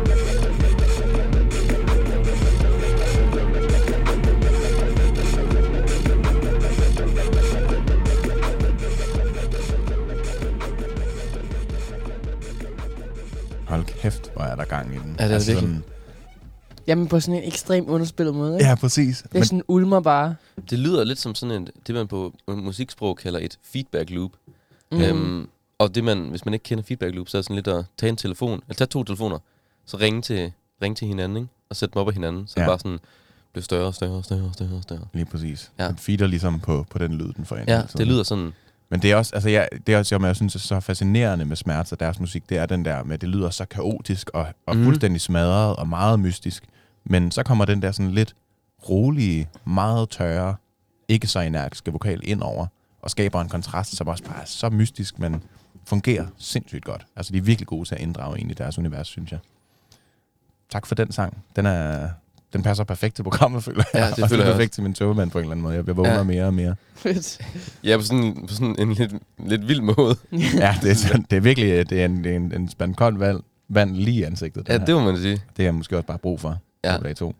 Speaker 1: Hold kæft, hvor er der gang i den. Altså,
Speaker 2: det er virkelig.
Speaker 1: Sådan,
Speaker 3: Jamen på sådan en ekstremt underspillet måde, ikke?
Speaker 1: ja, præcis.
Speaker 3: Det er sådan ulmer bare.
Speaker 2: Det lyder lidt som sådan en, det man på musiksprog kalder et feedback loop. Mm. Øhm, og det man, hvis man ikke kender feedback loop, så er det sådan lidt at tage en telefon, eller tage to telefoner, så ringe til, ringe til hinanden, ikke? og sætte dem op af hinanden, så
Speaker 1: Ja.
Speaker 2: det bare sådan bliver større og større og større og større og større.
Speaker 1: Lige præcis.
Speaker 2: Ja.
Speaker 1: Ja. Den feeder ligesom på, på den lyd, den får ind.
Speaker 2: Ja,
Speaker 1: hele tiden.
Speaker 2: det lyder sådan,
Speaker 1: Men det er også, altså jeg, det er også, som jeg synes er så fascinerende med Smerts og deres musik, det er den der med, at det lyder så kaotisk og, og mm.
Speaker 2: Mhm.
Speaker 1: fuldstændig smadret og meget mystisk. Men så kommer den der sådan lidt rolige, meget tørre, ikke så energiske vokal ind over, og skaber en kontrast, som også bare er så mystisk, men fungerer sindssygt godt. Altså de er virkelig gode til at inddrage egentlig deres univers, synes jeg. Tak for den sang. Den er... Den passer perfekt til programmet, føler jeg.
Speaker 2: Ja, det
Speaker 1: og
Speaker 2: føler jeg
Speaker 1: perfekt til min togemand på en eller anden måde. Jeg vågner
Speaker 2: Ja.
Speaker 1: ja. mere og mere.
Speaker 3: Fedt.
Speaker 2: ja, på sådan, på sådan en lidt, lidt vild måde.
Speaker 1: Ja, det er, sådan, det er virkelig øh, det er en, det er en, en spand koldt vand, vand lige i ansigtet. den
Speaker 2: Ja,
Speaker 1: her.
Speaker 2: det må man sige.
Speaker 1: det er jeg måske også bare brug for
Speaker 2: Ja.
Speaker 1: ja. på dag to.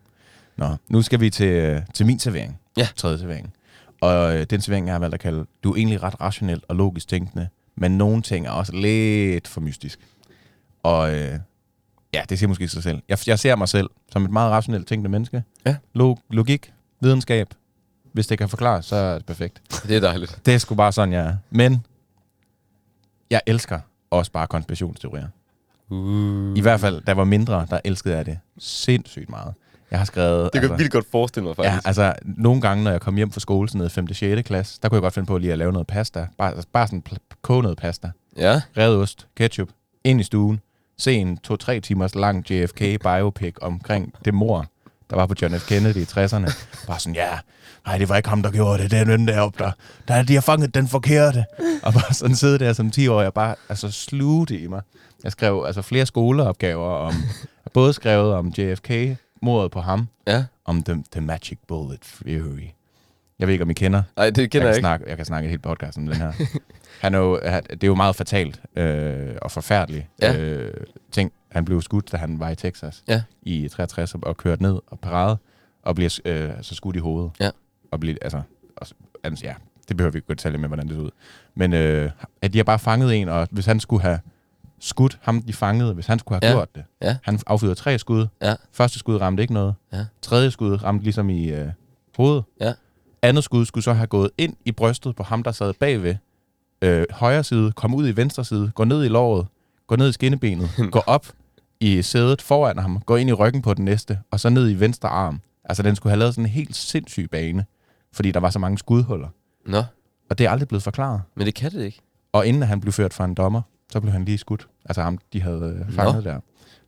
Speaker 1: Nå, nu skal vi til, øh, til min servering.
Speaker 2: Ja.
Speaker 1: Tredje servering. Og øh, den servering, jeg har valgt at kalde, du er egentlig ret rationel og logisk tænkende, men nogle ting er også lidt for mystisk. Og øh, Ja, det siger måske sig selv. Jeg, jeg ser mig selv som et meget rationelt tænkende menneske.
Speaker 2: Ja.
Speaker 1: Log, logik, videnskab. Hvis det kan forklare, så er det perfekt.
Speaker 2: Det er dejligt.
Speaker 1: Det er sgu bare sådan, jeg er. Men jeg elsker også bare konspirationsteorier.
Speaker 2: Uh.
Speaker 1: I hvert fald, da jeg var mindre, der elskede jeg det sindssygt meget. Jeg har skrevet... altså,
Speaker 2: Det kan jeg vildt godt forestille mig,
Speaker 1: Ja,
Speaker 2: faktisk. altså. Ja,
Speaker 1: altså nogle gange, når jeg kom hjem fra skole, sådan noget 5. og 6. klasse, der kunne jeg godt finde på lige at lave noget pasta. Bare, altså, bare sådan pl- koge noget pasta.
Speaker 2: ja.
Speaker 1: Revet ost, ketchup, ind i stuen. Se en 2-3 timers lang JFK biopic omkring det mor, der var på John F. Kennedy i 60'erne. Bare sådan, ja, nej, det var ikke ham, der gjorde det. Det er den der op der. der er- de har fanget den forkerte. Og bare sådan sidde der som 10 år, jeg bare altså, sluge det i mig. Jeg skrev altså flere skoleopgaver om, både skrevet om JFK, mordet på ham,
Speaker 2: ja.
Speaker 1: om the, the Magic Bullet Theory. Jeg ved ikke, om I kender.
Speaker 2: Ej, det kender
Speaker 1: jeg,
Speaker 2: jeg,
Speaker 1: kan
Speaker 2: ikke.
Speaker 1: Snakke, jeg kan snakke et helt podcast om den her. Han er jo, han- det er jo meget fatalt øh, og forfærdelig
Speaker 2: Ja.
Speaker 1: øh, ting. Han blev skudt, da han var i Texas
Speaker 2: Ja.
Speaker 1: i 63 og- og kørt ned og parade og bliver øh, altså skudt i hovedet.
Speaker 2: Ja.
Speaker 1: Og bliver, altså, og, s- altså, ja, det behøver vi ikke gå i detaljer med, hvordan det så ud. Men øh, at de har bare fanget en, og hvis han skulle have skudt ham, de fangede, hvis han skulle have
Speaker 2: Ja.
Speaker 1: gjort det.
Speaker 2: Ja.
Speaker 1: Han affyrede tre skud.
Speaker 2: Ja.
Speaker 1: Første skud ramte ikke noget.
Speaker 2: Ja.
Speaker 1: Tredje skud ramte ligesom i øh, hovedet.
Speaker 2: Ja.
Speaker 1: Andet skud skulle så have gået ind i brystet på ham, der sad bagved. Øh, højre side, kom ud i venstre side, gå ned i låret, gå ned i skinnebenet, gå op i sædet foran ham, gå ind i ryggen på den næste, og så ned i venstre arm. Altså, den skulle have lavet sådan en helt sindssyg bane, fordi der var så mange skudhuller.
Speaker 2: Nå,
Speaker 1: Og det er aldrig blevet forklaret.
Speaker 2: men det kan det ikke.
Speaker 1: Og inden at han blev ført for en dommer, så blev han lige skudt. Altså ham, de havde øh, fanget der.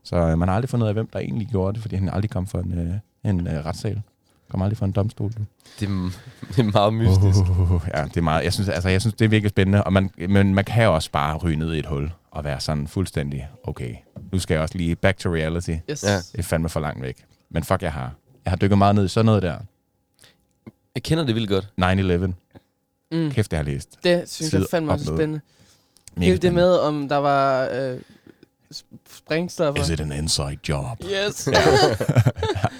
Speaker 1: Så øh, man har aldrig fundet ud af, hvem der egentlig gjorde det, fordi han aldrig kom for en, øh, en øh, retssal. Kom aldrig for en domstol. nu.
Speaker 2: Det er, det er meget mystisk.
Speaker 1: Uh, ja, det er meget. Jeg synes, altså, jeg synes, det er virkelig spændende. Og man, men man kan jo også bare ryge ned i et hul og være sådan fuldstændig, okay, nu skal jeg også lige back to reality.
Speaker 3: Yes.
Speaker 2: Ja.
Speaker 3: Ja.
Speaker 1: Det er fandme for langt væk. Men fuck, jeg har. Jeg har dykket meget ned i sådan noget der.
Speaker 2: Jeg kender det vildt godt.
Speaker 1: 9-11.
Speaker 3: Mm.
Speaker 1: Kæft, det har jeg læst.
Speaker 3: Det synes jeg
Speaker 1: Sidder
Speaker 3: fandme
Speaker 1: op
Speaker 3: også er
Speaker 1: med.
Speaker 3: spændende.
Speaker 1: Mega
Speaker 3: Hele det
Speaker 1: spændende.
Speaker 3: med, om der var øh, sp- sprængstoffer.
Speaker 1: Is it an inside job?
Speaker 3: Yes,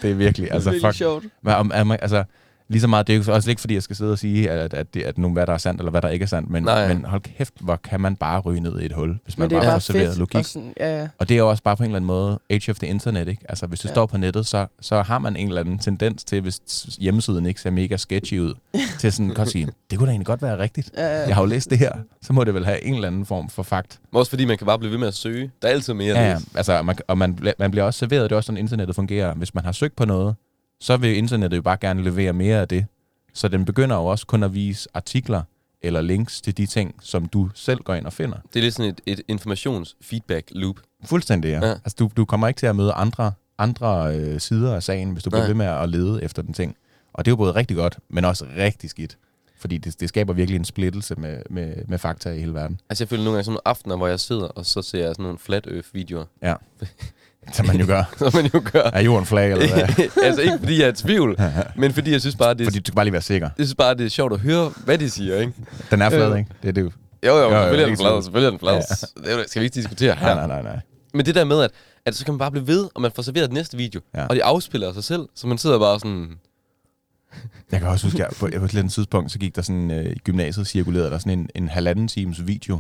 Speaker 1: Det er virkelig, altså
Speaker 3: det er
Speaker 1: fuck.
Speaker 3: sjovt.
Speaker 1: Hvad, om, om, altså, lige så meget, det er jo også ikke, fordi jeg skal sidde og sige, at, at, det, at nu, hvad der er sandt, eller hvad der ikke er sandt, men,
Speaker 2: Nej.
Speaker 1: men hold kæft, hvor kan man bare ryge ned i et hul, hvis man
Speaker 3: Men det er
Speaker 1: bare,
Speaker 3: bare
Speaker 1: får serveret
Speaker 3: fedt.
Speaker 1: logik.
Speaker 3: Og sådan, ja, ja.
Speaker 1: Og det er jo også bare på en eller anden måde age of the internet, ikke? Altså, hvis du ja.
Speaker 3: Ja.
Speaker 1: står på nettet, så, så har man en eller anden tendens til, hvis hjemmesiden ikke ser mega sketchy ud, til sådan godt sige, det kunne da egentlig godt være rigtigt.
Speaker 3: Ja, ja.
Speaker 1: Jeg har jo læst det her, så må det vel have en eller anden form for fakt.
Speaker 2: Men Også fordi man kan bare blive ved med at søge. Der er altid mere.
Speaker 1: Ja,
Speaker 2: Ja,
Speaker 1: ja. Altså, og man, og man, bl- man bliver også serveret, det er også sådan, internettet fungerer. Hvis man har søgt på noget, så vil internettet jo bare gerne levere mere af det. Så den begynder jo også kun at vise artikler eller links til de ting, som du selv går ind og finder.
Speaker 2: Det er lidt sådan et, et informations-feedback-loop.
Speaker 1: Fuldstændig, ja.
Speaker 2: Ja.
Speaker 1: ja. Altså, du, du kommer ikke til at møde andre, andre øh, sider af sagen, hvis du bliver
Speaker 2: Nej.
Speaker 1: ved med at lede efter den ting. Og det er jo både rigtig godt, men også rigtig skidt. Fordi det, det skaber virkelig en splittelse med, med, med fakta i hele verden.
Speaker 2: Altså, jeg føler nogle gange sådan nogle aftener, hvor jeg sidder, og så ser jeg sådan nogle flat earth-videoer.
Speaker 1: Ja. Som man jo gør.
Speaker 2: Som man jo gør.
Speaker 1: Er jorden flag, eller hvad?
Speaker 2: altså, ikke fordi jeg er i tvivl, men fordi jeg synes bare, det,
Speaker 1: Fordi
Speaker 2: fordi...
Speaker 1: du skal bare lige være sikker.
Speaker 2: jeg synes bare, det er sjovt at høre, hvad de siger, ikke?
Speaker 1: Den er flad,
Speaker 2: Øh.
Speaker 1: ikke? Det er det jo.
Speaker 2: Jo, jo, jo, jo selvfølgelig er
Speaker 1: ikke
Speaker 2: den flad,
Speaker 1: tvivl.
Speaker 2: selvfølgelig er den flad.
Speaker 1: Ja.
Speaker 2: Ja. Det er jo- skal vi ikke diskutere her.
Speaker 1: Nej, nej, nej, nej.
Speaker 2: Men det der med, at, at så kan man bare blive ved, og man får serveret den næste video,
Speaker 1: Ja.
Speaker 2: ja. og de afspiller sig selv, så man sidder bare sådan...
Speaker 1: Jeg kan også huske, at på, på et eller andet tidspunkt, så gik der sådan, øh, i gymnasiet cirkulerede der sådan en, en halvanden times video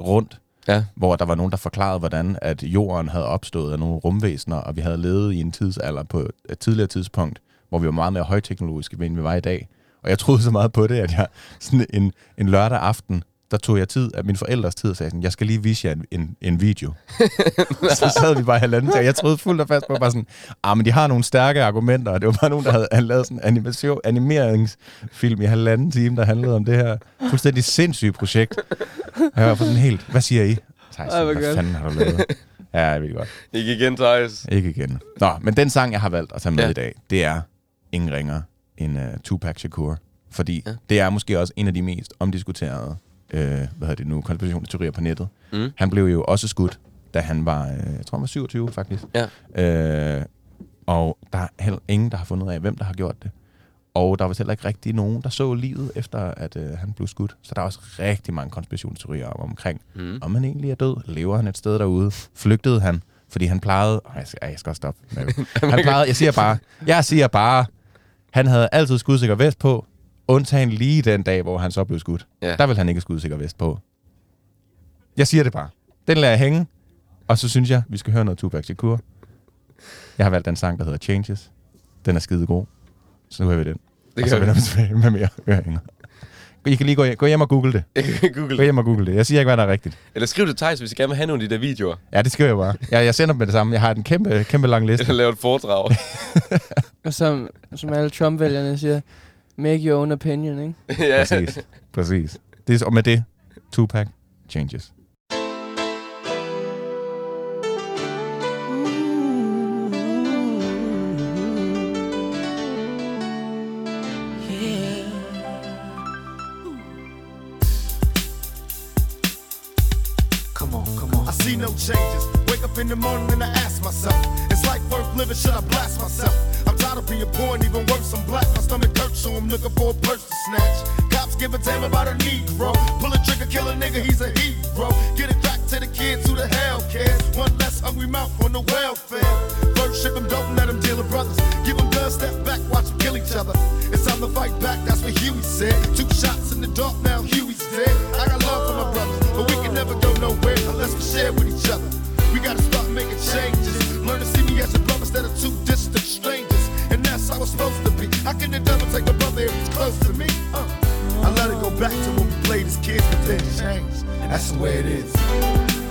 Speaker 1: rundt,
Speaker 2: Ja.
Speaker 1: hvor der var nogen, der forklarede, hvordan at jorden havde opstået af nogle rumvæsener, og vi havde levet i en tidsalder på et tidligere tidspunkt, hvor vi var meget mere højteknologiske, end vi var i dag. Og jeg troede så meget på det, at jeg sådan en, en lørdag aften, der tog jeg tid af min forældres tid og sagde sådan, jeg skal lige vise jer en, en, en video. så sad vi bare i halvanden dag. Jeg troede fuldt og fast på bare sådan, ah, men de har nogle stærke argumenter, og det var bare nogen, der havde han lavet sådan en animation, animeringsfilm i halvanden time, der handlede om det her fuldstændig sindssyge projekt. Og jeg var på sådan helt, hvad siger I? Thijs,
Speaker 3: Ej, hvor
Speaker 1: hvad
Speaker 3: godt.
Speaker 1: fanden har du lavet? Ja, jeg ved godt.
Speaker 2: Ikke igen, Thijs.
Speaker 1: Ikke igen. Nå, men den sang, jeg har valgt at tage med ja.
Speaker 2: Ja.
Speaker 1: i dag, det er ingen ringer end uh, Tupac Shakur. Fordi ja.
Speaker 2: Ja.
Speaker 1: det er måske også en af de mest omdiskuterede øh, hvad hedder det nu, konspirationsteorier på nettet.
Speaker 2: Mm.
Speaker 1: Han blev jo også skudt, da han var, øh, jeg tror han var 27 faktisk. Øh, og der er heller ingen, der har fundet ud af, hvem der har gjort det. Og der var heller ikke rigtig nogen, der så livet efter, at øh, han blev skudt. Så der er også rigtig mange konspirationsteorier om, omkring, mm. om han egentlig er død. Lever han et sted derude? Flygtede han? Fordi han plejede... Ej, jeg skal, ej, jeg skal også stoppe. Mario. Han plejede... Jeg siger bare... Jeg siger bare... Han havde altid skudsikker vest på, undtagen lige den dag, hvor han så blev skudt.
Speaker 2: Ja.
Speaker 1: Der ville han ikke have skudsikker vest på. Jeg siger det bare. Den lader jeg hænge. Og så synes jeg, vi skal høre noget Tupac Shakur. Jeg har valgt en sang, der hedder Changes. Den er skide god. Så nu hører vi den.
Speaker 2: Det
Speaker 1: og så
Speaker 2: kan
Speaker 1: vender
Speaker 2: jeg
Speaker 1: vi tilbage med mere høringer. I kan lige gå hjem, gå hjem og google det.
Speaker 2: ikke.
Speaker 1: Gå
Speaker 2: Google. det.
Speaker 1: hjem og google det. Jeg siger ikke, hvad der er rigtigt.
Speaker 2: Eller skriv det til Thijs, hvis I gerne vil have nogle af de der videoer.
Speaker 1: Ja, det skriver jeg bare. Jeg, jeg sender dem med det samme. Jeg har en kæmpe, kæmpe lang liste.
Speaker 2: Eller lave et foredrag.
Speaker 3: Og som, som alle Trump-vælgerne siger, make your own opinion, ikke?
Speaker 2: ja.
Speaker 1: Præcis. Præcis. Det er, og med det, Tupac Changes.
Speaker 7: Come on, come on. I see no changes. Wake up in the morning and I ask myself, it's life worth living? Should I blast myself? I'm tired of being poor and even worse, I'm black. My stomach hurts, so I'm looking for a purse to snatch. Cops give a damn about a Negro. Pull a trigger, kill a nigga, he's a hero. Get it back to the kids, who the hell cares? One less hungry mouth on the welfare. First ship them, don't let them deal with brothers. Give them guns, step back, watch them kill each other. It's time to fight back, that's what Huey said. Two shots in the dark, now Huey's dead. I got love for my brothers, but we can never go nowhere unless we share with each other. We gotta start making changes. Learn to see me as a brother instead of two distant strangers. And that's how it's supposed to be. How can the devil take a brother if he's close to me? Uh, I let it go back to when we played as kids, but then it changed. And that's the way it is.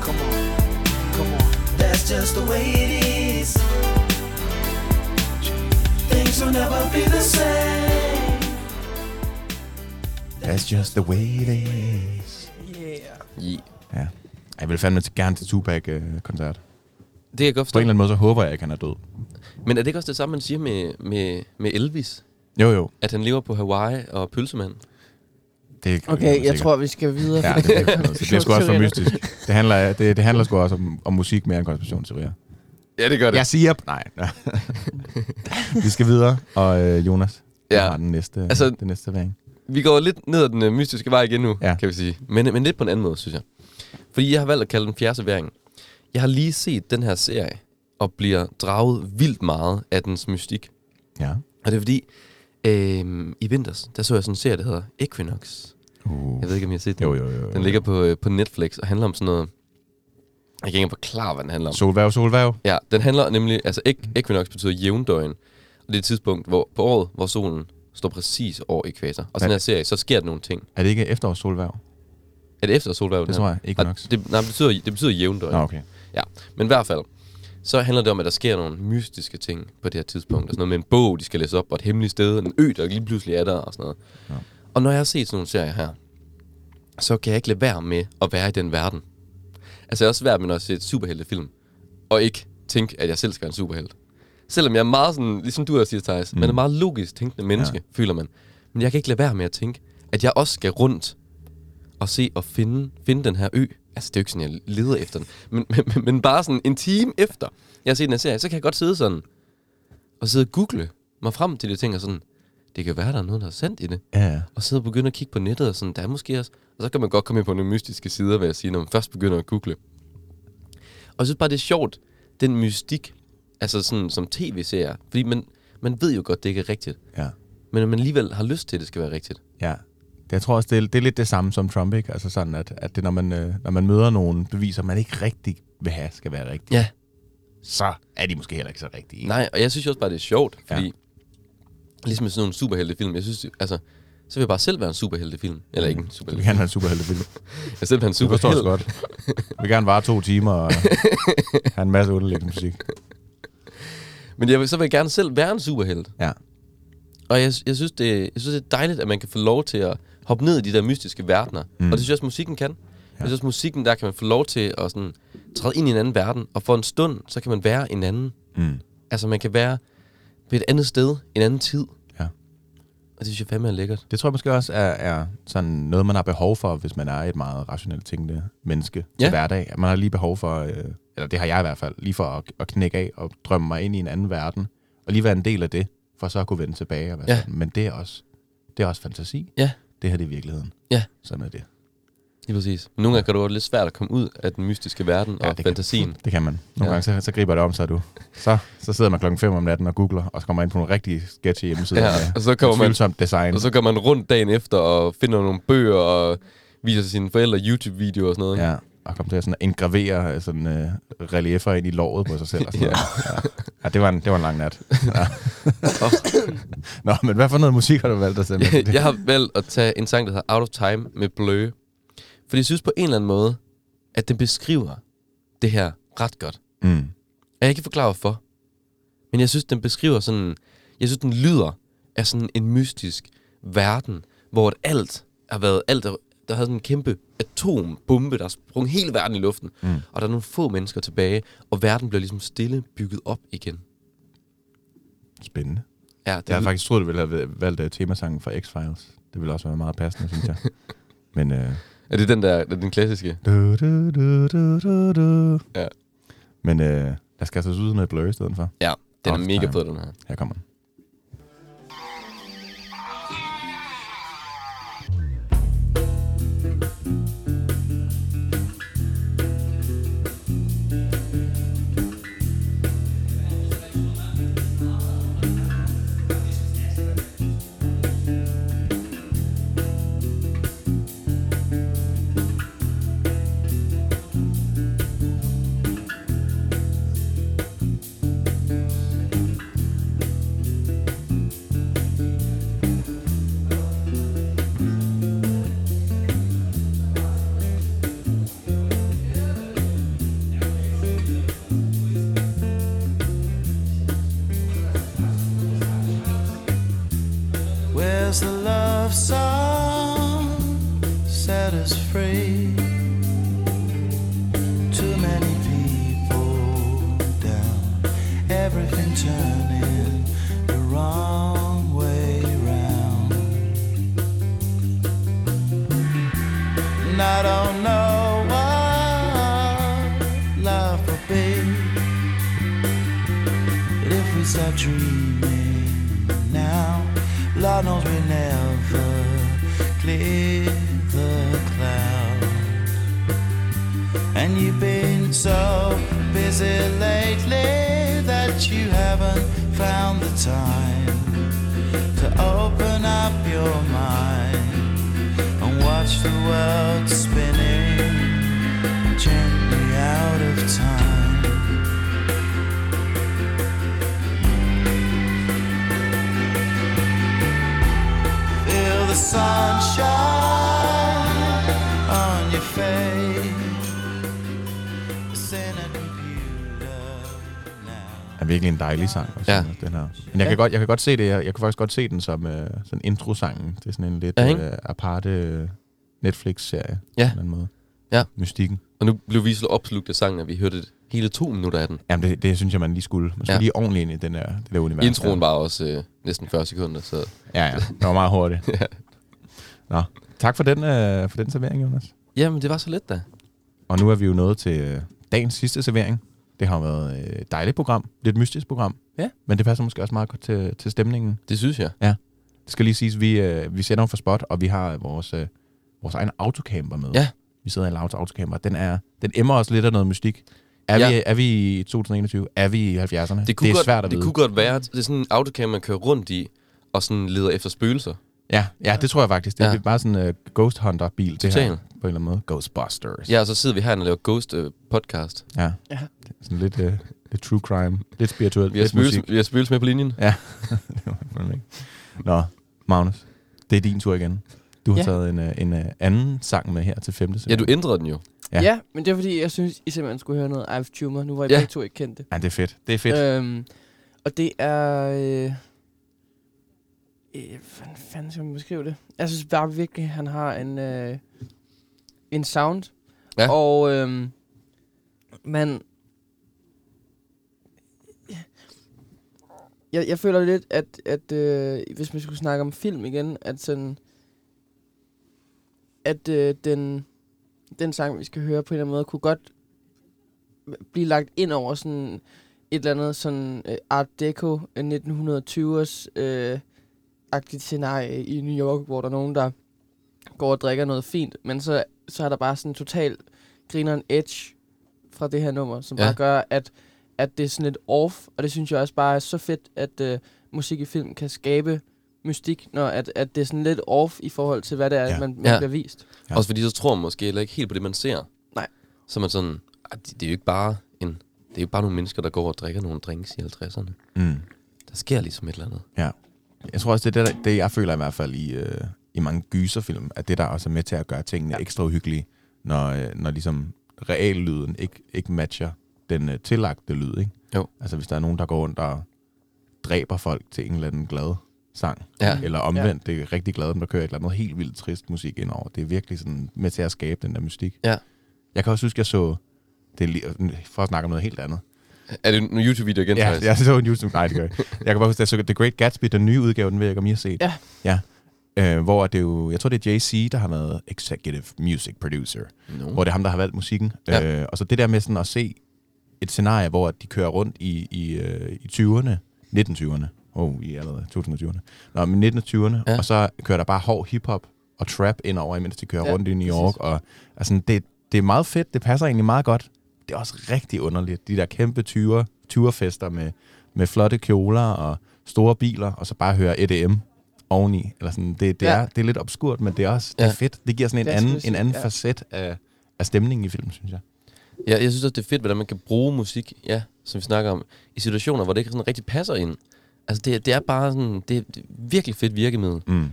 Speaker 7: Come on, come on.
Speaker 8: That's just the way it is. Things will never be the same.
Speaker 1: That's just the way it is.
Speaker 2: Yeah.
Speaker 1: Ja. Jeg vil fandme til gerne til Tupac-koncert.
Speaker 2: Det kan jeg godt
Speaker 1: På en
Speaker 2: forstå.
Speaker 1: eller anden måde, så håber jeg ikke, han er død.
Speaker 2: Men er det ikke også det samme, man siger med, med, med Elvis?
Speaker 1: Jo, jo.
Speaker 2: At han lever på Hawaii og pølsemand?
Speaker 1: Det kan
Speaker 3: Okay, jeg
Speaker 1: sikkert.
Speaker 3: tror, vi skal videre.
Speaker 1: Ja, det, bliver, det bliver sgu også for mystisk. Det handler, det, det handler sgu også om, om musik mere end konspirationsteorier.
Speaker 2: Ja, det gør
Speaker 1: Jeg siger... Nej. Vi skal videre, og øh, Jonas, ja.
Speaker 2: Ja.
Speaker 1: har den næste,
Speaker 2: Altså-
Speaker 1: altså, den næste væring.
Speaker 2: Vi går lidt ned ad den øh, mystiske vej igen nu, ja.
Speaker 1: Ja.
Speaker 2: kan vi sige. Men, men lidt på en anden måde, synes jeg. Fordi jeg har valgt at kalde den fjerde servering. Jeg har lige set den her serie, og bliver draget vildt meget af dens mystik.
Speaker 1: Ja.
Speaker 2: Og det er fordi, øh, i vinters, der så jeg sådan en serie, der hedder Equinox.
Speaker 1: Uh.
Speaker 2: Jeg ved ikke, om I har set den.
Speaker 1: Jo, jo, jo. jo.
Speaker 2: Den ligger på, øh, på Netflix og handler om sådan noget... Jeg kan ikke engang forklare, hvad den handler om.
Speaker 1: Solværv, solværv.
Speaker 2: Ja, den handler nemlig... Altså, ek- equinox betyder jævndøgn. Og det er et tidspunkt hvor, på året, hvor solen står præcis over ekvator. Og sådan
Speaker 1: Hvad-
Speaker 2: her serie, så sker der nogle ting.
Speaker 1: Er det ikke efterårssolværv?
Speaker 2: Er det efter solværv?
Speaker 1: Det tror jeg. Equinox.
Speaker 2: Det, nej, det betyder, det betyder jævndøgn.
Speaker 1: Nå, okay.
Speaker 2: Ja, men i hvert fald, så handler det om, at der sker nogle mystiske ting på det her tidspunkt. Og sådan noget med en bog, de skal læse op, og et hemmeligt sted, en ø, der lige pludselig er der, og sådan noget. Ja.
Speaker 1: Ja.
Speaker 2: Og når jeg har set sådan nogle serier her, så kan jeg ikke lade være med at være i den verden. Altså, jeg er også svært med, når jeg ser et superheltefilm, og ikke tænke, at jeg selv skal være en superhelt. Selvom jeg er meget sådan, ligesom du også siger, Thijs, mm. man er meget logisk tænkende menneske, ja. føler man. Men jeg kan ikke lade være med at tænke, at jeg også skal rundt og se og finde, finde den her ø. Altså, det er jo ikke sådan, jeg leder efter den. Men, men, men- men bare sådan en time efter, jeg har set den her serie, så kan jeg godt sidde sådan og sidde og google mig frem til de ting, og sådan, det kan være, der er noget, der er sandt i det.
Speaker 1: Ja, ja.
Speaker 2: Og sidde og begynde at kigge på nettet, og sådan, der er måske også... Og så kan man godt komme ind på nogle mystiske sider, vil jeg sige, når man først begynder at google. Og jeg synes bare, det er sjovt, den mystik, altså sådan som tv-serier. Fordi man, man ved jo godt, det ikke er rigtigt.
Speaker 1: ja.
Speaker 2: Men at man alligevel har lyst til, at det skal være rigtigt.
Speaker 1: Ja. Det, jeg tror også, det er, det er lidt det samme som Trump, ikke? Altså sådan, at, at det, når, man, øh, når man møder nogle beviser, man ikke rigtig vil have, skal være rigtige,
Speaker 2: Ja,
Speaker 1: så er de måske heller ikke så rigtige. ikke?
Speaker 2: Nej, og jeg synes jo også bare, det er sjovt,
Speaker 1: Ja.
Speaker 2: fordi ja. ligesom med sådan nogle superheltefilm, jeg synes, altså, så vil jeg bare selv være en superheltefilm. Eller ikke en
Speaker 1: Så vi
Speaker 2: superheltefilm.
Speaker 1: kan have en superheltefilm.
Speaker 2: Jeg vil selv være en
Speaker 1: Du Mm. forstår os
Speaker 2: superhelt.
Speaker 1: godt. Vi vil gerne vare to timer og have en masse underlæggende musik.
Speaker 2: Men jeg vil, så vil jeg gerne selv være en superhelt.
Speaker 1: Ja.
Speaker 2: Og jeg, jeg, synes, det, jeg synes, det er dejligt, at man kan få lov til at hoppe ned i de der mystiske verdener. Mm. Og det synes jeg også, musikken kan. Ja. Jeg synes også, musikken, der kan man få lov til at sådan, træde ind i en anden verden. Og for en stund, så kan man være en anden.
Speaker 1: Mm.
Speaker 2: Altså, man kan være ved et andet sted, en anden tid.
Speaker 1: Ja.
Speaker 2: Og det synes jeg fandme er lækkert.
Speaker 1: Det tror jeg måske også er, er sådan noget, man har behov for, hvis man er et meget rationelt tænkende menneske
Speaker 2: Ja.
Speaker 1: ja. hverdag. At Man har lige behov for, øh, eller det har jeg i hvert fald, lige for at, at knække af og drømme mig ind i en anden verden. Og lige være en del af det, for så at kunne vende tilbage. Og være
Speaker 2: Ja.
Speaker 1: ja. sådan. Men det er, også, det er også fantasi.
Speaker 2: Ja.
Speaker 1: Det her det er virkeligheden.
Speaker 2: Ja.
Speaker 1: Sådan er det.
Speaker 2: Lige præcis. Men nogle gange kan det være lidt svært at komme ud af den mystiske verden ja, og
Speaker 1: det
Speaker 2: fantasien.
Speaker 1: Kan, det kan man. Nogle
Speaker 2: Ja.
Speaker 1: ja. gange, så, så griber det om sig, du. Så, så sidder man klokken 5 om natten og googler, og så kommer man ind på nogle rigtig sketchy hjemmesider.
Speaker 2: Ja,
Speaker 1: med
Speaker 2: og så kommer man-
Speaker 1: Tvivlsomt design.
Speaker 2: Og så går man rundt dagen efter og finder nogle bøger og viser sine forældre YouTube-videoer og sådan noget.
Speaker 1: Ja. og kom til at sådan engravere sådan, øh, reliefer ind i låret på sig selv. Og sådan
Speaker 2: Ja.
Speaker 1: noget. ja. ja. det, var en, det var en lang nat. Ja. Nå, men hvad for noget musik har du valgt at sende?
Speaker 2: jeg har valgt at tage en sang, der hedder Out of Time med Blø. Fordi jeg synes på en eller anden måde, at den beskriver det her ret godt.
Speaker 1: Mm.
Speaker 2: Og jeg kan forklare hvorfor. Men jeg synes, den beskriver sådan... Jeg synes, den lyder af sådan en mystisk verden, hvor at alt har været... Alt, der, der har sådan en kæmpe atombombe, der sprung hele verden i luften. Mm. Og der er nogle få mennesker tilbage, og verden bliver ligesom stille bygget op igen.
Speaker 1: Spændende.
Speaker 2: Ja, det
Speaker 1: Jeg havde faktisk troet, du ville have valgt øh, temasangen fra X-Files. Det ville også være meget passende, synes jeg. Men... Øh,
Speaker 2: er det den der, den klassiske?
Speaker 1: Du, du, du, du, du, du.
Speaker 2: Ja.
Speaker 1: Men øh, lad os kaste os ud i noget blur i stedet for.
Speaker 2: Ja, den
Speaker 1: Out
Speaker 2: er
Speaker 1: of
Speaker 2: mega
Speaker 1: Time.
Speaker 2: fed, den her.
Speaker 1: Her kommer den.
Speaker 4: Where's the love song set us free? Too many people down, everything turning the wrong way round. And I don't know what love will be. But if we start dreaming now, Lord knows we never clear the clouds. And you've been so busy lately that you haven't found the time to open up your mind and watch the world spinning gently out of time. Feel the sunshine on your face. It's in a computer now.
Speaker 1: Er virkelig en dejlig sang. Også,
Speaker 2: Ja.
Speaker 1: Den her. Men jeg kan, godt, jeg kan godt se det. Jeg, jeg kan faktisk godt se den som øh, sådan introsangen. Det er sådan en lidt
Speaker 2: Ja,
Speaker 1: ja,
Speaker 2: ikke?
Speaker 1: øh, aparte øh, Netflix-serie.
Speaker 2: Ja.
Speaker 1: På en eller anden måde.
Speaker 2: Ja.
Speaker 1: Mystikken.
Speaker 2: Og nu blev vi så opslugt af sangen, at vi hørte hele to minutter af den.
Speaker 1: Jamen, det, det synes jeg, man lige skulle. Man skulle
Speaker 2: Ja.
Speaker 1: ja. lige ordentligt ind i den der, det der univers.
Speaker 2: Introen var også øh, næsten 40 sekunder, så
Speaker 1: Ja, ja. Det var meget hurtigt.
Speaker 2: Ja.
Speaker 1: Nå, tak for den, øh, for den servering, Jonas.
Speaker 2: Jamen, det var så let da.
Speaker 1: Og nu er vi jo nået til øh, dagens sidste servering. Det har været øh, et dejligt program. Lidt mystisk program.
Speaker 2: Ja.
Speaker 1: Men det passer måske også meget godt til, til stemningen.
Speaker 2: Det synes jeg.
Speaker 1: Det skal lige siges, vi, øh, vi sender jo for spot, og vi har vores, øh, vores egen autocamper med.
Speaker 2: Ja.
Speaker 1: Vi sidder i en Lauts autocamper. Den, er, den emmer os lidt af noget mystik. Er,
Speaker 2: Ja.
Speaker 1: ja. vi, er vi i 2021? Er vi i 70'erne?
Speaker 2: Det, kunne
Speaker 1: det er
Speaker 2: godt,
Speaker 1: svært at
Speaker 2: det
Speaker 1: vide.
Speaker 2: kunne godt være, at det er sådan en autocam, man kører rundt i, og sådan leder efter spøgelser.
Speaker 1: Ja, ja, det tror jeg faktisk. Det er
Speaker 2: Ja.
Speaker 1: ja. bare sådan en øh, ghost hunter-bil, det her.
Speaker 2: Total.
Speaker 1: På en eller anden måde. Ghostbusters.
Speaker 2: Ja, og så sidder vi herinde og laver Ghost øh, podcast.
Speaker 1: ja.
Speaker 3: Ja.
Speaker 1: Sådan lidt, øh, lidt true crime. Lidt spirituelt.
Speaker 2: Vi har,
Speaker 1: lidt musik.
Speaker 2: spøgelser, vi har spøgelser med på linjen.
Speaker 1: Ja, det var fandme ikke. Nå, Magnus, det er din tur igen. Du har
Speaker 3: Ja.
Speaker 1: ja. taget en, øh, en øh, anden sang med her til femte
Speaker 2: Ja,
Speaker 1: servering.
Speaker 2: du ændrede den jo.
Speaker 1: Ja.
Speaker 3: Ja. ja, men det er fordi, jeg synes, I simpelthen skulle høre noget I've Tumor, nu hvor I
Speaker 2: Ja.
Speaker 3: ja. begge to ikke kendte det.
Speaker 1: Ja, det er fedt. Det er fedt. Øh.
Speaker 3: Øhm, og det er... Øh, øh, hvordan fanden skal man beskrive det? Jeg synes bare virkelig, han har en, øh, en sound.
Speaker 2: Ja.
Speaker 3: Og øh, man... Jeg, jeg føler lidt, at, at øh, hvis man skulle snakke om film igen, at sådan... At øh, den, den sang, vi skal høre på en eller anden måde, kunne godt blive lagt ind over sådan et eller andet sådan øh, Art Deco øh, 1920'ers øh, agtigt scenarie i New York, hvor der er nogen, der går og drikker noget fint, men så, så er der bare sådan total grineren edge fra det her nummer, som
Speaker 2: Ja.
Speaker 3: ja. bare gør, at, at det er sådan lidt off, og det synes jeg også bare er så fedt, at øh, musik i film kan skabe mystik, når at, at det er sådan lidt off i forhold til, hvad det er,
Speaker 1: Ja.
Speaker 3: ja. man, man
Speaker 2: Ja.
Speaker 3: ja. bliver vist.
Speaker 1: Ja.
Speaker 2: Også fordi så tror man måske heller ikke helt på det, man ser.
Speaker 3: Nej.
Speaker 2: Så er man sådan, "Ah, det, det er jo ikke bare en, det er jo bare nogle mennesker, der går og drikker nogle drinks i 50'erne.
Speaker 1: Mm.
Speaker 2: Der sker ligesom et eller andet.
Speaker 1: Ja. Jeg tror også, det er det, der- det jeg føler i hvert fald i, øh, i mange gyserfilm, at det der også er med til at gøre tingene ja. ekstra uhyggelige, når, øh, når ligesom reallyden ikke, ikke matcher den øh, tillagte lyd, ikke?
Speaker 2: Jo.
Speaker 1: Altså hvis der er nogen, der går rundt og dræber folk til en eller anden glad sang,
Speaker 2: Ja.
Speaker 1: eller omvendt, ja. det er rigtig glad, dem der kører et eller andet helt vildt trist musik indover. Det er virkelig sådan med til at skabe den der mystik.
Speaker 2: Ja.
Speaker 1: Jeg kan også huske, jeg så, det er lige, for at snakke om noget helt andet,
Speaker 2: Er det en YouTube-video igen,
Speaker 1: Ja,
Speaker 2: faktisk?
Speaker 1: jeg så en YouTube. Nej, det gør jeg ikke. Jeg kan bare huske, at jeg så The Great Gatsby, den nye udgave, den ved jeg ikke, om I har set.
Speaker 3: Ja.
Speaker 1: ja. Øh, hvor det jo, jeg tror, det er JC, der har været executive music producer.
Speaker 2: No.
Speaker 1: Hvor det er ham, der har valgt musikken.
Speaker 2: Ja.
Speaker 1: Ja. Øh, og så det der med sådan at se et scenarie, hvor de kører rundt i, i, øh, i 20'erne, 1920'erne, oh, i er allerede 2020'erne, Nå, men 1920'erne,
Speaker 2: Ja.
Speaker 1: ja. og så kører der bare hård hiphop og trap ind over, imens de kører
Speaker 3: Ja,
Speaker 1: ja, rundt i New
Speaker 3: præcis.
Speaker 1: York, og altså, det, det er meget fedt, det passer egentlig meget godt. Det er også rigtig underligt, de der kæmpe 20'er, 20'er-fester med, med flotte kjoler og store biler, og så bare høre EDM oveni. Eller sådan. Det, det,
Speaker 3: Ja.
Speaker 1: ja. er, det er lidt obskurt, men det er også det
Speaker 2: Ja.
Speaker 1: er fedt. Det giver sådan en
Speaker 3: Det er
Speaker 1: anden,
Speaker 3: selvfølgelig
Speaker 1: en anden
Speaker 3: sygt,
Speaker 1: ja.
Speaker 3: ja.
Speaker 1: facet af, af stemningen i filmen, synes jeg.
Speaker 2: Ja, jeg synes også, det er fedt, hvordan man kan bruge musik, ja, som vi snakker om, i situationer, hvor det ikke sådan rigtig passer ind. Altså, det, det er bare sådan, det, det er virkelig fedt virkemiddel.
Speaker 1: Mm.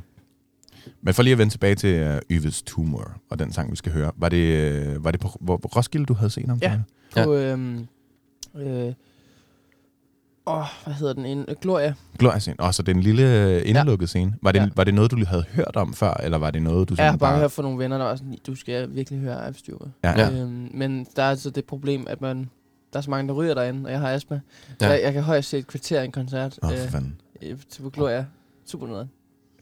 Speaker 1: Men for lige at vende tilbage til uh, Yves Tumor og den sang, vi skal høre. Var det, øh, var det på hvor, hvor Roskilde, du havde set ham?
Speaker 3: Ja.
Speaker 1: Daniel?
Speaker 3: På, øhm, øh, åh, hvad hedder den ene? Gloria.
Speaker 1: Gloria scene. Og så den lille øh, indelukket ja. scene. Var det,
Speaker 3: Ja.
Speaker 1: var det noget, du havde hørt om før, eller var det noget, du
Speaker 3: Jeg
Speaker 1: sådan
Speaker 3: har bare hørt fra nogle venner, der var sådan, du skal virkelig høre Ives Tumor.
Speaker 1: Ja, ja.
Speaker 2: Ja.
Speaker 1: ja.
Speaker 3: Øhm, men der er altså det problem, at man, der er så mange, der ryger derinde, og jeg har astma.
Speaker 2: Ja.
Speaker 3: Ja. Jeg, jeg kan højst se et kvarter af en koncert
Speaker 1: Åh,
Speaker 3: oh,
Speaker 1: for
Speaker 3: øh,
Speaker 1: fanden.
Speaker 3: øh, til Gloria. Super noget.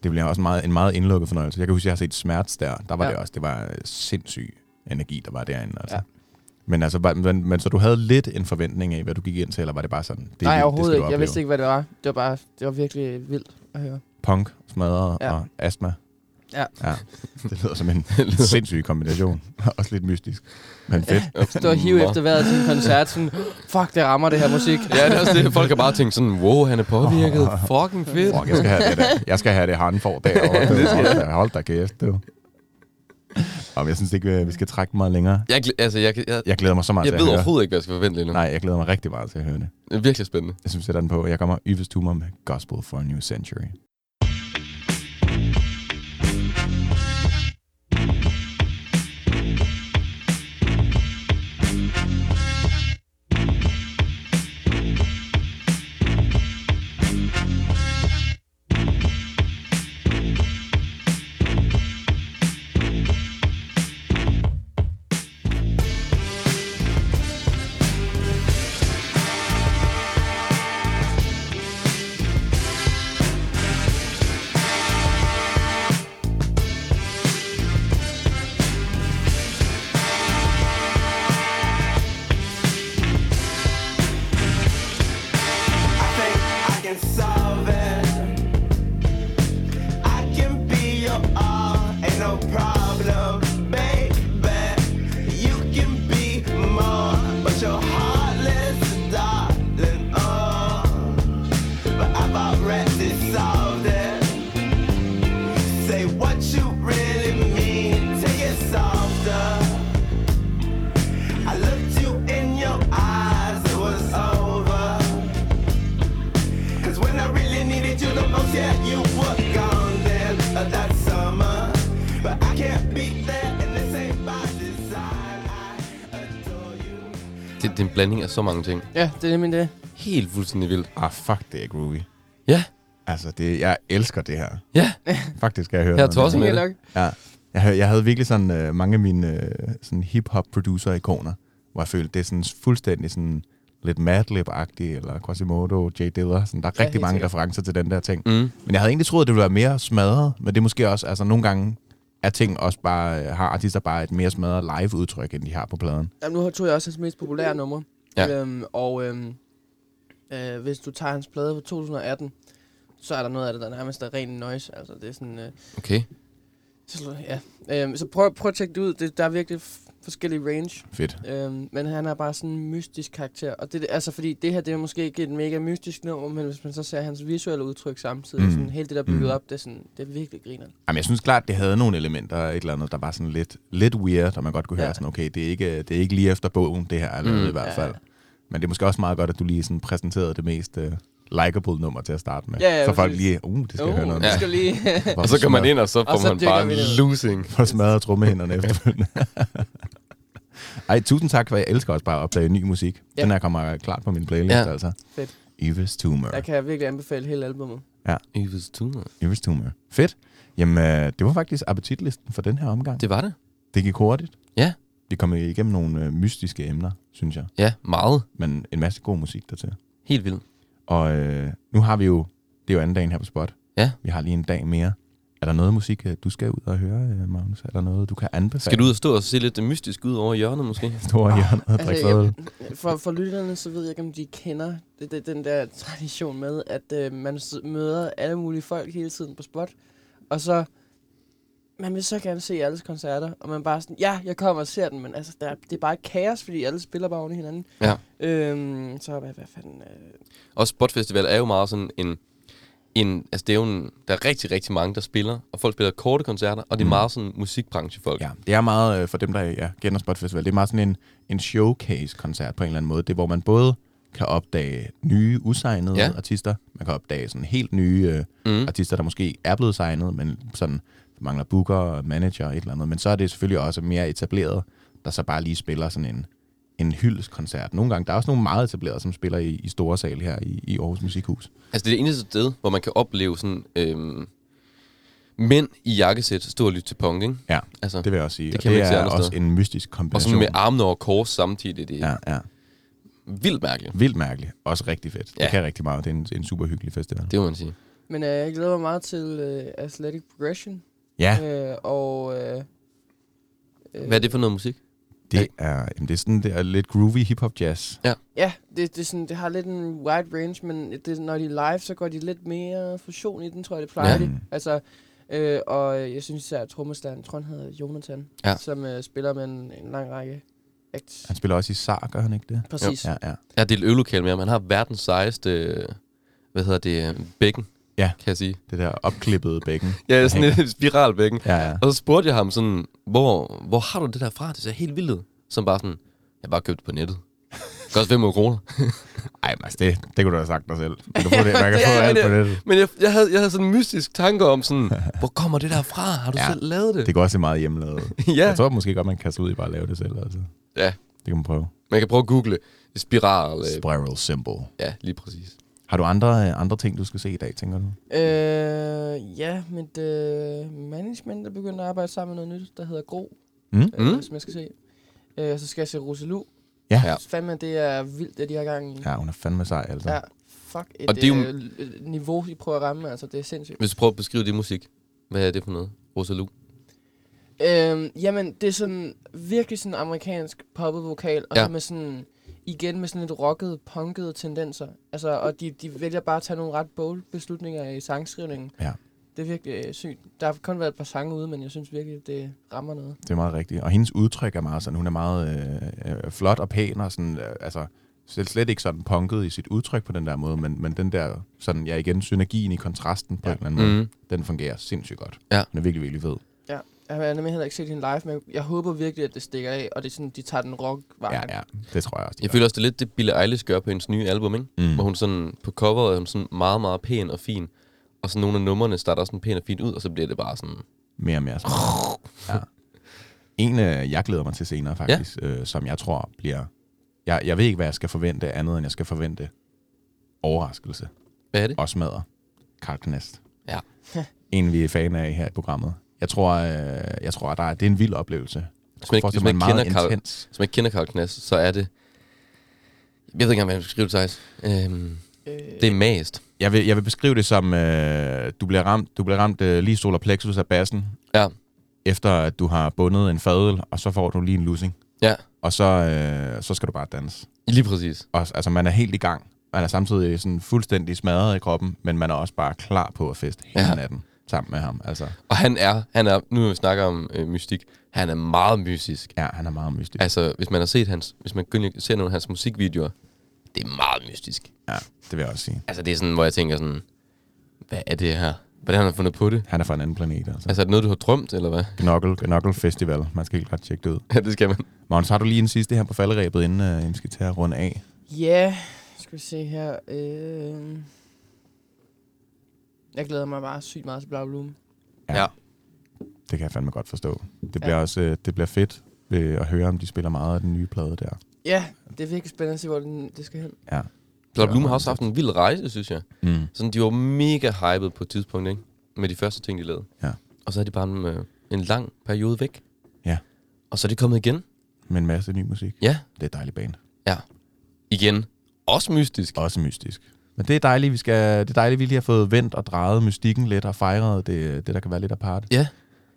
Speaker 1: Det bliver også meget, en meget indlukket fornøjelse. Jeg kan huske, at jeg har set Smerts der. Der var ja.
Speaker 3: Ja.
Speaker 1: det også. Det var øh, sindssyg energi, der var derinde. Altså.
Speaker 3: Ja.
Speaker 1: Ja. Men, altså, var- men, men, så du havde lidt en forventning af, hvad du gik ind til, eller var det bare sådan? Det, er
Speaker 3: Nej,
Speaker 1: vildt,
Speaker 3: overhovedet
Speaker 1: det
Speaker 3: ikke. Jeg vidste ikke, hvad det var. Det var bare, det var virkelig vildt at høre.
Speaker 1: Punk, smadret
Speaker 3: Ja.
Speaker 1: ja. og astma.
Speaker 3: Ja.
Speaker 1: ja. Det lyder som en sindssyg kombination. også lidt mystisk, men fedt.
Speaker 3: Stå og hive efter vejret til en koncert, sådan, fuck, det rammer det her musik.
Speaker 2: Ja, det er også det. Folk har bare tænkt sådan, wow, han er påvirket.
Speaker 1: Åh.
Speaker 2: Fucking fedt.
Speaker 1: Fuck, jeg skal have det der. Jeg skal have det han får derovre. Du. Hold da, hold da kæft, du. Og jeg synes ikke, øh, vi- vi skal trække den meget længere.
Speaker 2: Jeg, glæ- altså, jeg, jeg, jeg,
Speaker 1: Jeg glæder mig så meget
Speaker 2: jeg
Speaker 1: til
Speaker 2: ved
Speaker 1: at høre.
Speaker 2: overhovedet ikke, hvad jeg skal forvente lige nu.
Speaker 1: Nej, jeg glæder mig rigtig meget til at høre det.
Speaker 2: Det er virkelig spændende.
Speaker 1: Jeg synes, sætter den på. Jeg kommer Yves Tumor med Gospel for a New Century.
Speaker 8: I think I can solve it. I can be your all, ain't no problem, baby. You can be more, but you're heartless, darling. Oh, but I've already solved it. Say what you really mean, take it softer. I looked you in your eyes, it was over. Cause when I really needed you the most, yeah, you were gone then uh, that summer. But I can't beat that, and this ain't by design. I adore you.
Speaker 2: Det, det er en blanding af så mange ting.
Speaker 3: Ja, det er nemlig det.
Speaker 2: Helt fuldstændig vildt.
Speaker 1: Ah, fuck, det er groovy.
Speaker 2: Ja,
Speaker 1: Altså, det, jeg elsker det her.
Speaker 2: ja.
Speaker 1: Faktisk skal jeg høre
Speaker 2: Jeg er
Speaker 1: noget
Speaker 2: tosset
Speaker 1: mere.
Speaker 2: med
Speaker 3: Sikkert
Speaker 2: det.
Speaker 3: nok.
Speaker 1: Ja. Jeg, havde- jeg havde virkelig sådan øh, mange af mine øh, sådan hip-hop producer-ikoner, hvor jeg følte, det er sådan fuldstændig sådan lidt Madlib-agtigt, eller Quasimodo, Jay Diller. Sådan, der er
Speaker 3: Ja,
Speaker 1: rigtig
Speaker 3: helt
Speaker 1: mange
Speaker 3: sikkert.
Speaker 1: referencer til den der ting.
Speaker 2: Mm.
Speaker 1: Men jeg havde egentlig troet, det ville være mere smadret, men det er måske også, altså nogle gange er ting også bare, øh, har artister bare et mere smadret live-udtryk, end de har på pladen.
Speaker 3: Jamen, nu tog jeg også hans mest populære numre.
Speaker 2: Ja.
Speaker 3: Øhm, og øhm, øh, hvis du tager hans plade fra 2018, så er der noget af det, der nærmest er ren noise. Altså, det er sådan... Øh,
Speaker 2: Okay.
Speaker 3: så, slår- ja. Øhm, så prøv, prøv at tjekke det ud. Det, der er virkelig... f- forskellige range.
Speaker 1: Fedt.
Speaker 3: Øhm, men han er bare sådan en mystisk karakter. Og det, altså, fordi det her, det er måske ikke et mega mystisk nummer, men hvis man så ser hans visuelle udtryk samtidig,
Speaker 1: Mm.
Speaker 3: mm. sådan, hele det, der er bygget
Speaker 1: Mm.
Speaker 3: op, det er, sådan, det er virkelig griner.
Speaker 1: Jamen, jeg synes klart, det havde nogle elementer, et eller andet, der var sådan lidt, lidt weird, og man godt kunne høre
Speaker 3: Ja.
Speaker 1: sådan, okay, det er, ikke, det er ikke lige efter bogen, det her er lavet
Speaker 2: Mm,
Speaker 1: mm, i hvert
Speaker 3: ja.
Speaker 1: fald. Men det er måske også meget godt, at du lige sådan præsenterede det mest uh, likable nummer til at starte med.
Speaker 3: Ja, ja,
Speaker 1: så folk
Speaker 3: præcis.
Speaker 1: lige, uh, det skal jeg høre noget
Speaker 3: ja.
Speaker 1: om.
Speaker 3: skal lige...
Speaker 1: Hvor
Speaker 2: Og så går man
Speaker 1: smadret-
Speaker 2: ind, og så får
Speaker 3: så
Speaker 2: man
Speaker 3: dykker
Speaker 2: bare
Speaker 3: vi ned.
Speaker 2: losing.
Speaker 1: Hvor smadret trummehænderne efterfølgende. Ej, tusind tak, for jeg elsker også bare at opdage ny musik.
Speaker 3: Ja.
Speaker 1: Den her kommer klart på min playlist,
Speaker 2: Ja.
Speaker 1: altså.
Speaker 3: Fedt.
Speaker 1: Evil's Tumor.
Speaker 3: Der kan jeg virkelig anbefale hele albumet.
Speaker 2: Evil's Tumor.
Speaker 1: Evil's Tumor. Fedt. Jamen, øh, det var faktisk appetitlisten for den her omgang. Det,
Speaker 2: Det var det.
Speaker 1: det gik hurtigt.
Speaker 2: Ja.
Speaker 1: Vi kom igennem nogle øh, mystiske emner, synes jeg.
Speaker 2: Ja, meget.
Speaker 1: Men en masse god musik dertil.
Speaker 2: Helt vildt.
Speaker 1: Og øh, nu har vi jo, det er jo anden dagen her på Spot.
Speaker 2: Ja.
Speaker 1: Vi har lige en dag mere. Er der noget musik, øh, du skal ud og høre, øh, Magnus? Er der noget, du kan anbefale?
Speaker 2: Skal du ud og stå og se lidt mystisk ud over hjørnet, måske?
Speaker 1: Store hjørne og drikke fadøl?
Speaker 3: jeg, for, for lytterne, så ved jeg ikke, om de kender det, det, den der tradition med, at øh, man s- møder alle mulige folk hele tiden på spot, og så... Man vil så gerne se alles koncerter, og man bare sådan, ja, jeg kommer og ser den, men altså, der, det er bare kaos, fordi alle spiller bare oven i hinanden.
Speaker 2: Ja.
Speaker 3: Øhm, så hvad, hvad fanden... Øh,
Speaker 2: Og Spot Festival er jo meget sådan en... en altså, det er jo en, der er rigtig, rigtig mange, der spiller. Og folk spiller korte koncerter, og det er meget sådan musikbranchefolk.
Speaker 1: Ja, det er meget, øh, for dem, der ja, kender Spot Festival, det er meget sådan en, en showcase-koncert på en eller anden måde. Det er, hvor man både kan opdage nye, usignede
Speaker 2: Ja.
Speaker 1: ja. artister, man kan opdage sådan helt nye øh,
Speaker 2: Mm.
Speaker 1: mm. artister, der måske er blevet signet, men sådan mangler booker og manager og et eller andet. Men så er det selvfølgelig også mere etableret, der så bare lige spiller sådan en, en hyldskoncert. Nogle gange, der er også nogle meget etablerede, som spiller i, i store sal her i, i Aarhus Musikhus.
Speaker 2: Altså, det er det eneste sted, hvor man kan opleve sådan... Øhm, mænd i jakkesæt stå og lytte til punk, ikke?
Speaker 1: Ja,
Speaker 2: Altså,
Speaker 1: det vil jeg også sige.
Speaker 2: Det
Speaker 1: Og
Speaker 2: kan man ikke se
Speaker 1: det er
Speaker 2: andre
Speaker 1: også
Speaker 2: steder.
Speaker 1: en mystisk
Speaker 2: og
Speaker 1: kombination.
Speaker 2: sådan med armene over kors samtidig. Det er ja.
Speaker 1: ja, ja.
Speaker 2: vildt mærkeligt.
Speaker 1: Vildt mærkeligt. Også rigtig fedt. Ja.
Speaker 2: Ja.
Speaker 1: Det kan rigtig meget. Det er en, en super hyggelig festival.
Speaker 2: Det må man sige.
Speaker 3: men øh, jeg glæder mig meget til øh, Athletic Progression,
Speaker 1: Ja,
Speaker 3: øh, og... Øh, øh,
Speaker 2: Hvad er det for noget musik?
Speaker 1: det er, jamen det er sådan det er lidt groovy hip-hop jazz.
Speaker 3: Ja, det, det, er sådan, det har lidt en wide range, men det, når de er live, så går de lidt mere fusion i den, tror jeg, det plejer
Speaker 2: Ja.
Speaker 3: ja.
Speaker 1: Øhm,
Speaker 3: de. Altså, øh, og jeg synes især, at trommeslæren, tror han hedder Jonathan,
Speaker 2: Ja.
Speaker 3: som øh, spiller med en, en lang række acts.
Speaker 1: Han spiller også i SAR, gør han ikke det?
Speaker 3: Præcis.
Speaker 1: Ja, ja.
Speaker 2: Ja, det er et øvelokale med, man har verdens sejeste, øh, hvad hedder det, øh, bækken,
Speaker 1: Ja.
Speaker 2: kan jeg sige.
Speaker 1: Det der opklippede bækken.
Speaker 2: Ja, sådan et spiralbækken.
Speaker 1: Ja, ja.
Speaker 2: Og så spurgte jeg ham sådan, hvor, hvor har du det der fra? Det ser helt vildt ud. Som bare sådan, jeg bare købt det på nettet. Koster 500 kroner.
Speaker 1: Ej, men altså, det, det kunne du have sagt dig selv. Kan du få det? Man kan få
Speaker 2: Ja,
Speaker 1: alt
Speaker 2: men
Speaker 1: på
Speaker 2: det-
Speaker 1: nettet.
Speaker 2: Men jeg, jeg, havde, jeg havde sådan en mystisk tanke om sådan, hvor kommer det der fra? Har du
Speaker 1: Ja.
Speaker 2: ja. selv lavet det?
Speaker 1: Det går også meget hjemmelavet.
Speaker 2: ja.
Speaker 1: Jeg tror måske godt, man kan kaste ud i bare at lave det selv. Altså.
Speaker 2: ja,
Speaker 1: Det kan man prøve.
Speaker 2: man kan prøve at google spiral. Øh,
Speaker 1: Spiral Symbol.
Speaker 2: ja, lige præcis.
Speaker 1: Har du andre, øh, andre ting, du skal se i dag, tænker du?
Speaker 3: Øh, ja, mit øh, management er begyndt at arbejde sammen med noget nyt, der hedder Gro,
Speaker 1: Mm.
Speaker 3: øh,
Speaker 2: Mm.
Speaker 3: som jeg skal se. Øh, så skal jeg se Rosalou.
Speaker 1: Ja.
Speaker 2: Ja.
Speaker 1: ja.
Speaker 3: Fandme, det er vildt, det de har gang i.
Speaker 1: Ja, hun er fandme sej, altså.
Speaker 3: ja. Fuck, et,
Speaker 2: Og det er jo-
Speaker 3: øh, l- niveau, de prøver at ramme, altså det er sindssygt.
Speaker 2: Hvis du prøver at beskrive det musik, hvad er det for noget? Rosalou.
Speaker 3: Øhm, jamen, det er sådan virkelig sådan amerikansk poppet vokal, og
Speaker 2: Ja.
Speaker 3: ja. så med sådan, igen med sådan lidt rocket, punkede tendenser. Altså, og de, de vælger bare at tage nogle ret bold beslutninger i sangskrivningen.
Speaker 1: Ja.
Speaker 3: Det er virkelig øh, sygt. Der har kun været et par sange ude, men jeg synes virkelig, det rammer noget.
Speaker 1: Det er meget rigtigt. Og hendes udtryk er meget sådan, hun er meget øh, øh, flot og pæn og sådan, øh, altså selv slet ikke sådan punket i sit udtryk på den der måde, men, men den der, sådan, ja igen, synergien i kontrasten på ja. en eller anden måde,
Speaker 2: Mhm.
Speaker 1: den fungerer sindssygt godt.
Speaker 2: Ja.
Speaker 1: Hun er virkelig, virkelig fed.
Speaker 3: Jeg har nemlig heller ikke set hende live, men jeg håber virkelig, at det stikker af, og det er sådan, de tager den rock vej.
Speaker 1: Ja, ja, det tror jeg også. de
Speaker 2: Jeg
Speaker 1: gør.
Speaker 2: føler også, det er lidt det, Billie Eilish gør på hendes nye album, ikke?
Speaker 1: Mm.
Speaker 2: Mm. Hvor hun sådan, på coveret er hun sådan meget, meget pæn og fin. Og så nogle af numrene starter sådan pænt og fint ud, og så bliver det bare sådan...
Speaker 1: mere og mere. Sådan. Ja. En, øh, jeg glæder mig til senere faktisk, ja. øh, som jeg tror bliver... Jeg, jeg ved ikke, hvad jeg skal forvente andet, end jeg skal forvente overraskelse
Speaker 2: Hvad er det?
Speaker 1: og smadre. Carl Knast.
Speaker 2: Ja.
Speaker 1: en, vi er fan af her i programmet. Jeg tror, øh, jeg tror at der er, det er en vild oplevelse. Jeg
Speaker 2: Hvis man ikke-
Speaker 1: forestille
Speaker 2: hvis
Speaker 1: mig
Speaker 2: man ikke
Speaker 1: meget
Speaker 2: kender Carl-
Speaker 1: intens.
Speaker 2: Hvis man ikke kender Carl Knast, så er det... Jeg ved ikke engang, hvad jeg skal skrive det, Thijs. Øhm,
Speaker 3: Øh,
Speaker 2: det er mast.
Speaker 1: Jeg vil, jeg vil beskrive det som, øh, du bliver ramt, du bliver ramt øh, lige solar plexus af bassen,
Speaker 2: Ja.
Speaker 1: efter at du har bundet en fadel, og så får du lige en losing.
Speaker 2: Ja,
Speaker 1: Og så, øh, så skal du bare danse.
Speaker 2: lige præcis.
Speaker 1: Og, altså, man er helt i gang. Man er samtidig sådan fuldstændig smadret i kroppen, men man er også bare klar på at feste hele
Speaker 2: Ja.
Speaker 1: ja. natten. sammen med ham. Altså,
Speaker 2: Og han er, han er nu når vi snakker om øh, mystik, han er meget mystisk.
Speaker 1: ja, han er meget mystisk.
Speaker 2: Altså, hvis man har set hans, hvis man kun ser nogle af hans musikvideoer, det er meget mystisk.
Speaker 1: Ja, det vil jeg også sige.
Speaker 2: Altså, det er sådan, hvor jeg tænker sådan, hvad er det her? Hvordan har han fundet på det?
Speaker 1: Han er fra en anden planet, altså. altså
Speaker 2: Altså, er det noget, du har drømt, eller hvad?
Speaker 1: Knuckle, Knuckle Festival. Man skal helt klart tjekke det ud.
Speaker 2: Ja, det skal man.
Speaker 1: Magnus, har du lige en sidste her på falderæbet, inden, øh, inden vi skal til at runde af?
Speaker 3: Ja, skal vi se her. Øh... Jeg glæder mig bare sygt meget til Blau Bloom.
Speaker 2: Ja.
Speaker 1: Det kan jeg fandme godt forstå. Det bliver, ja. også, øh, det bliver fedt øh, at høre, om de spiller meget af den nye plade der.
Speaker 3: Ja, det er virkelig spændende at se, hvor den, det skal hen.
Speaker 1: Ja.
Speaker 2: Blå Blume har også haft en vild rejse, synes jeg.
Speaker 1: Mm.
Speaker 2: Sådan, de var mega hyped på et tidspunkt, ikke? Med de første ting, de lavede.
Speaker 1: Ja.
Speaker 2: Og så er de bare en, øh, en lang periode væk.
Speaker 1: Ja.
Speaker 2: Og så er de kommet igen.
Speaker 1: Med en masse ny musik.
Speaker 2: Ja,
Speaker 1: Det er et dejligt band.
Speaker 2: ja. Igen. Også mystisk.
Speaker 1: Også mystisk. Men det er dejligt, vi, skal, det er dejligt, vi lige har fået vendt og drejet mystikken lidt og fejret det, det der kan være lidt apart.
Speaker 2: Ja.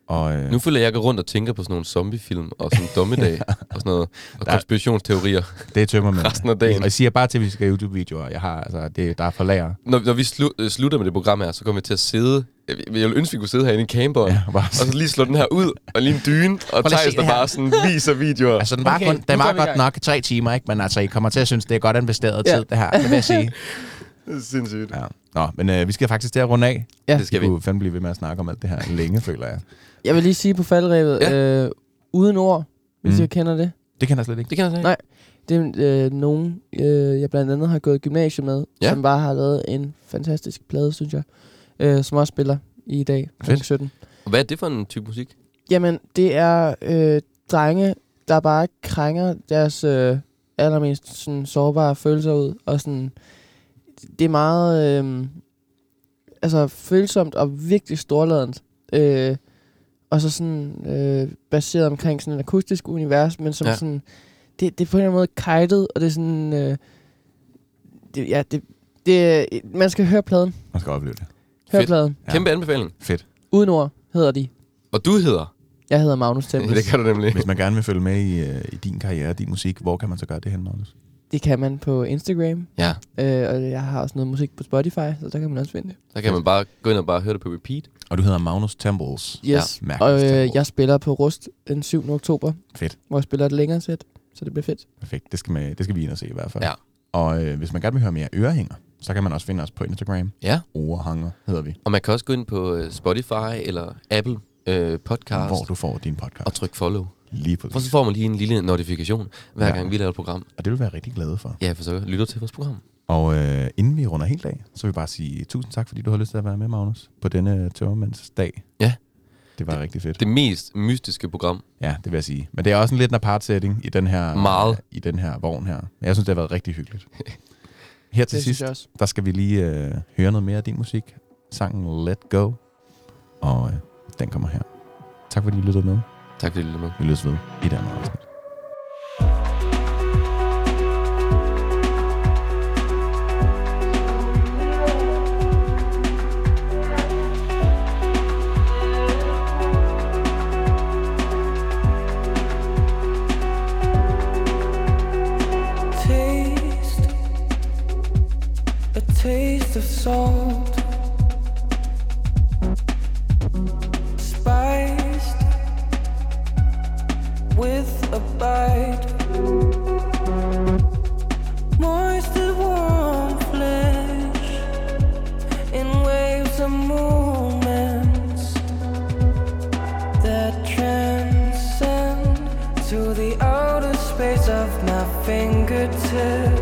Speaker 1: Og, øh,
Speaker 2: Nu føler jeg, at jeg går rundt og tænker på sådan nogle zombiefilm og sådan dommedag og sådan noget. Og konspirationsteorier.
Speaker 1: Det tømmer man.
Speaker 2: Resten af dagen.
Speaker 1: Og jeg siger bare til, at vi skal have YouTube-videoer. Jeg har, altså, det, der er for lager.
Speaker 2: Når, når vi slu, øh, slutter med det program her, så kommer vi til at sidde... Jeg, jeg ville ønske, vi kunne sidde herinde i camperen.
Speaker 1: Ja, bare-
Speaker 2: og så lige slå den her ud, og lige en dyne, og
Speaker 1: at se
Speaker 2: Thijs der
Speaker 1: det her.
Speaker 2: bare sådan viser videoer.
Speaker 1: Altså, den var,
Speaker 3: Okay,
Speaker 1: okay, kun,
Speaker 3: nu
Speaker 1: den var
Speaker 3: går vi i
Speaker 1: godt
Speaker 3: gang.
Speaker 1: nok tre timer, ikke? Men altså, I kommer til at synes, det er godt investeret
Speaker 3: Ja.
Speaker 1: ja. tid, det her. Det vil jeg sige.
Speaker 2: det er sindssygt.
Speaker 1: Ja. Nå, men øh, vi skal faktisk til at runde af.
Speaker 3: Ja.
Speaker 2: Det skal vi.
Speaker 1: kunne fandme blive ved med at snakke om alt det her længe, føler jeg.
Speaker 3: Jeg vil lige sige på faldrevet, ja. øh, uden ord, hvis
Speaker 1: Mm.
Speaker 3: mm. jeg kender det.
Speaker 1: Det kan jeg slet ikke.
Speaker 2: Det kan jeg slet ikke.
Speaker 3: Nej. Det er øh, nogen, øh, jeg blandt andet har gået i gymnasiet med,
Speaker 2: Ja.
Speaker 3: ja. som bare har lavet en fantastisk plade, synes jeg, øh, som også spiller i dag, kl.
Speaker 1: Fedt.
Speaker 3: 17.
Speaker 2: Og Hvad er det for en type musik?
Speaker 3: Jamen, det er øh, drenge, der bare krænger deres øh, allermest sådan, sårbare følelser ud, og sådan, det er meget øh, altså, følsomt og virkelig storladent. Øh, og så sådan øh, baseret omkring sådan et akustisk univers, men som
Speaker 2: Ja.
Speaker 3: ja. sådan, det, det er på en eller anden måde kajtet, og det er sådan, øh, det, ja, det, det, man skal høre pladen.
Speaker 1: Man skal opleve det.
Speaker 3: Hør
Speaker 2: Fedt.
Speaker 3: pladen.
Speaker 1: Ja.
Speaker 2: Kæmpe anbefaling.
Speaker 1: Fedt.
Speaker 3: Uden ord hedder de.
Speaker 2: Og du hedder?
Speaker 3: Jeg hedder Magnus Tempel.
Speaker 2: det kan du nemlig.
Speaker 1: Hvis man gerne vil følge med i, øh, i din karriere og din musik, hvor kan man så gøre det hen, Magnus?
Speaker 3: Det kan man på Instagram.
Speaker 2: Ja,
Speaker 3: Øh, og jeg har også noget musik på Spotify, så der kan man også finde det.
Speaker 2: der kan man bare gå ind og bare høre det på repeat.
Speaker 1: Og du hedder Magnus Temples.
Speaker 3: Yes.
Speaker 1: Ja,
Speaker 3: og
Speaker 1: mærkeligt
Speaker 3: øh,
Speaker 1: tempo.
Speaker 3: jeg spiller på Rust den 7. oktober.
Speaker 1: Fedt.
Speaker 3: Hvor jeg spiller et længere sæt, så det bliver fedt.
Speaker 1: Perfekt. Det skal, man, det skal vi ind og se i hvert fald.
Speaker 2: Ja.
Speaker 1: Og øh, hvis man gerne vil høre mere ørehænger, så kan man også finde os på Instagram.
Speaker 2: Ja.
Speaker 1: Orehanger hedder vi.
Speaker 2: Og man kan også gå ind på øh, Spotify eller Apple øh, podcast
Speaker 1: Hvor du får din podcast.
Speaker 2: og trykke follow.
Speaker 1: Lige på
Speaker 2: For så får man lige en lille notifikation, hver
Speaker 1: Ja.
Speaker 2: gang vi laver et program.
Speaker 1: Og det vil vi være rigtig glade for.
Speaker 2: Ja, for så lytter til vores program.
Speaker 1: Og øh, inden vi runder helt af, så vil jeg bare sige tusind tak, fordi du har lyst til at være med, Magnus, på denne tørmandsdag.
Speaker 2: Ja.
Speaker 1: Det var det, rigtig fedt. Det,
Speaker 2: Det mest mystiske program.
Speaker 1: ja, det vil jeg sige. Men det er også en lidt en apart setting i den her,
Speaker 2: Meget.
Speaker 1: i den her vogn her. Men jeg synes, det har været rigtig hyggeligt. Her til
Speaker 3: Det synes
Speaker 1: sidst,
Speaker 3: jeg også.
Speaker 1: der skal vi lige øh, høre noget mere af din musik. Sangen Let Go. Og øh, den kommer her. Tak fordi I lyttede med.
Speaker 2: Tak fordi du lyttede med.
Speaker 1: Vi lyttes ved i et andet afsnit.
Speaker 4: taste, a taste of salt, spiced with a bite, moist as warm flesh in waves and movements that transcend to the outer space of my fingertips.